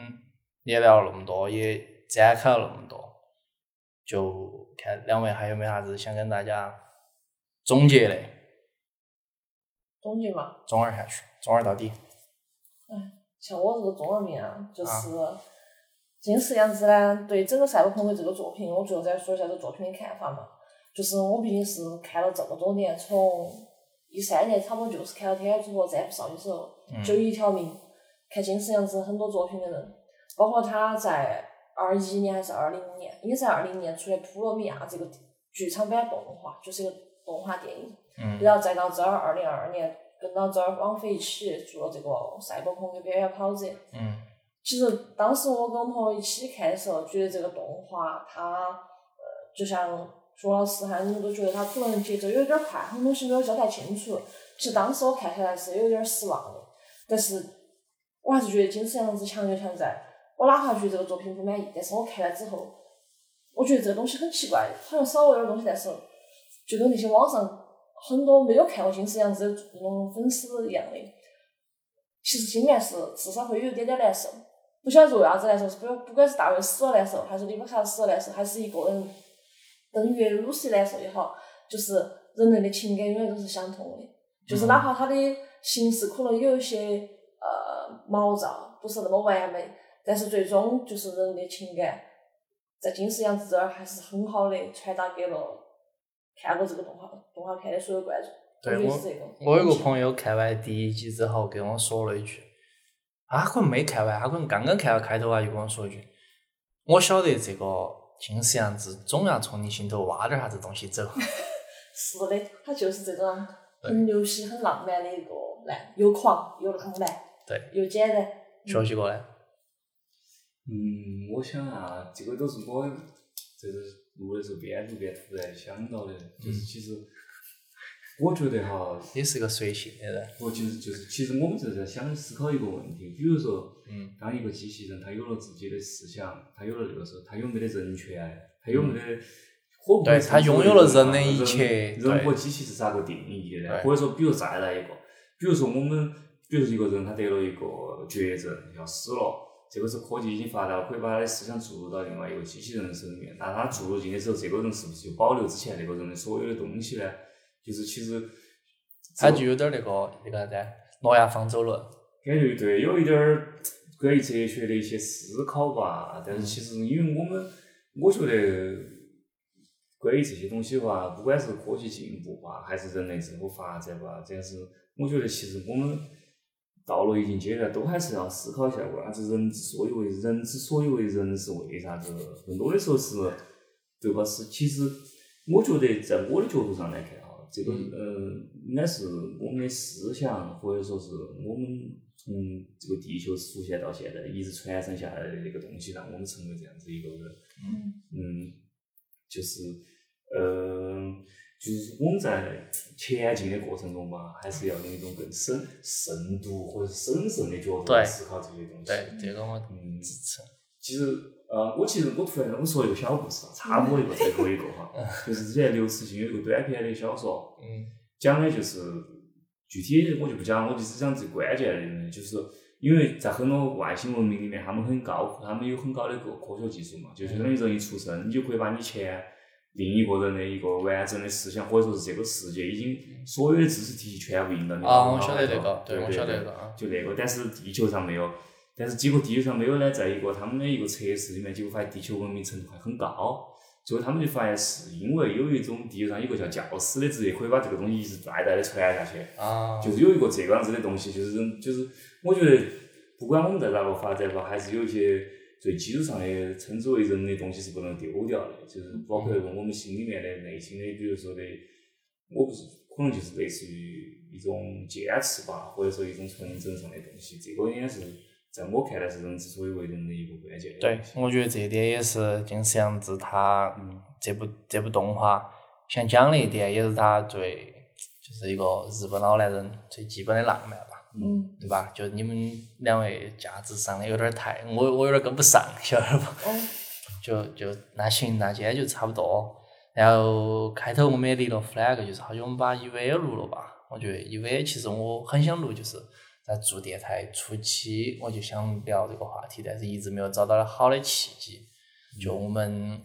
S1: 也聊了那么多，也展开了那么多，就看两位还有没有啥子想跟大家总结的，
S3: 总结嘛，
S1: 总二下去，总二到底。
S3: 像我这个中二病啊，就是近视样子呢，对整个《赛博朋克》这个作品，我最后再说一下这作品的看法嘛。就是我毕竟是看了这么多年，从一三年差不多就是看了《天海之国》《战斧少女》之后，
S1: 嗯
S3: 就一条命，看近视样子很多作品的人，包括他在二一年还是二零年，应该是二零年出的《普罗米亚》啊这个剧场版动画，就是一个动画电影。
S1: 嗯
S3: 然后再到这儿，二零二二年跟到这儿网飞一起做这个《赛博朋克边缘跑者》。
S1: 嗯
S3: 其实当时我跟我朋友一起看的时候，觉得这个动画它呃，就像朱老师还有你们都觉得它可能节奏有点快，很多东西没有交代清楚。其实当时我看下来是有点失望的，但是我还是觉得金丝羊子强就强在，我哪怕觉得这个作品不满意，但是我看了之后，我觉得这个东西很奇怪，好像少了点东西，但是就跟那些网上很多没有看过金丝羊子的那种粉丝一样的，其实心里面是至少会有一点点难受。不晓得是为啥子难受，是不不管是大卫死了难受，还是李克卡死了难受，还是一个人跟岳露西难受也好，就是人类的情感永远都是相通的，就是哪怕他的形式可能有一些呃毛躁，不是那么完美，但是最终就是人的情感在金丝羊子这儿还是很好的传达给了看过这个动画动画片的所有观众。
S1: 对
S3: 我觉得
S1: 我
S3: 是这个，
S1: 我有个朋友看完第一集之后跟我说了一句，啊他可能没看完，他可能刚刚看到开头啊，就跟我说一句：“我晓得这个金丝样子总要从你心头挖点啥子东西走。
S3: 是的，他就是这种
S1: 对
S3: 很牛批、很浪漫的一个男，又狂又浪漫，
S1: 对，
S3: 又简单。
S1: 学习过来，
S2: 嗯，我想啊，这个都是我这个录的时候边录边突然想到的，就是其实我觉得哈，
S1: 也是个随性的人。
S2: 我就是就是，其实我们正在想思考一个问题，比如说，
S1: 嗯
S2: 当一个机器人他有了自己的思想，他有了那个时候，他有没得人权，他有没得。我不
S1: 对
S2: 会
S1: 他
S2: 承受
S1: 拥有了
S2: 这个
S1: 人的一
S2: 人
S1: 切对
S2: 人和机器是咋个定义的呢？
S1: 对
S2: 或者说，比如再来一个，比如说我们，比如说一个人他得了一个绝症要死了，这个时候科技已经发达了，可以把他的思想注入到另外一个机器人的身里面。那他注入进去之后，这个人是不是就保留之前那个人的所有的东西呢？就是其实
S1: 他就有点那个那个啥子啊诺亚方舟论。
S2: 感觉对，有一点儿关于哲学的一些思考吧。但是其实，因为我们，我觉得关于这些东西吧，不管是科技进步吧，还是人类社会发展吧，但是我觉得其实我们到了一定阶段，都还是要思考一下为啥子人之所以为人，之所以为人是为啥子？更多的时候是，对吧？是其实我觉得在我的角度上来看哈，这个
S1: 嗯
S2: 呃，应该是我们的思想，或者说是我们从这个地球出现到现在一直传承下来的那个东西，让我们成为这样子一个人。
S3: 嗯
S2: 嗯，就是，呃，就是我们在前进的过程中嘛，还是要用一种更深、深度或者审慎的角度
S1: 对
S2: 来思考这些东西。
S1: 对，这个我
S2: 嗯
S1: 支持。
S2: 其实，呃，我其实我突然我说一个小故事，啊插播一个再播一个 哈， 就是之前刘慈欣有一个短篇的小说，
S1: 嗯
S2: 讲的就是具体我就不讲，我就只讲最关键的一点，就是因为在很多外星文明里面，他们很高，他们有很高的科科学技术嘛，就相当于人一出生，你就可以把你前另一个人的一个完整的思想，或者说是这个世界已经所有的知识体系全部印到
S1: 啊，
S2: 你脑
S1: 我
S2: 脑
S1: 晓
S2: 海
S1: 得这
S2: 头
S1: 个，
S2: 对
S1: 我
S2: 对
S1: 晓得
S2: 对
S1: 这个啊。
S2: 就那个，但是地球上没有，但是结果地球上没有呢，在一个他们的一个测试里面，结果发现地球文明程度还很高。最后他们就发现是因为有一种地球上有个叫教师的职业，可以把这个东西一直代代的传下去。
S1: 啊，
S2: 就是有一个这个样子的东西，就是人就是我觉得不管我们在哪个发展吧，还是有一些最基础上的称之为人的东西是不能丢掉的，就是包括我们心里面的内心的，比如说的，我不是可能就是类似于一种坚持吧，或者说一种纯真上的东西，这个应该是在我看来是人之所以为人的一个关键的
S1: 对
S2: 东，西。
S1: 我觉得这一点也是金丝羊子他嗯这部这部动画想讲的一点，也是他最就是一个日本老男人最基本的浪漫吧。
S3: 嗯，
S1: 对吧？就你们两位价值上的有点儿太，我我有点儿跟不上，晓得吧？
S3: 哦，
S1: 就就那行，那今天就差不多。然后开头我们也立了 flag，就是好久我们把 EV 也录了吧？我觉得 EV 其实我很想录，就是在做电台初期我就想聊这个话题，但是一直没有找到好的契机。就我们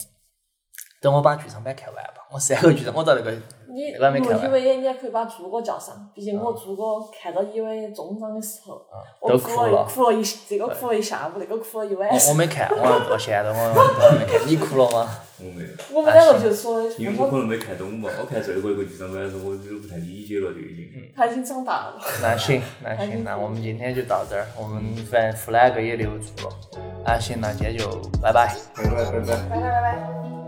S1: 等我把剧场版看完吧，我三个剧场我到那个
S3: 你
S1: 那个还没
S3: 录
S1: 看完
S3: EVA 你也可以把朱哥叫上，毕竟我朱哥看到 EVA 终章的时候，我
S1: 啊都
S3: 哭
S1: 哭了
S3: 了，哭了一这个哭了一下午，那个哭了一晚
S1: 我哦我
S3: 上。
S1: 没看，我到现在我我没看，你哭了吗？
S2: 我没有，
S3: 我们两
S1: 啊
S3: 个就是说，
S2: 因为我可
S3: 我
S2: 能没看懂吧，我看最后一个剧场版的时候，我就不太理解了，就已经。
S3: 他已经长大了。
S1: 那行，那行，那我们今天就到这儿。我们反啊正 flag 也留住了。那行，那今天就拜拜。
S2: 拜拜拜拜。
S3: 拜拜拜拜。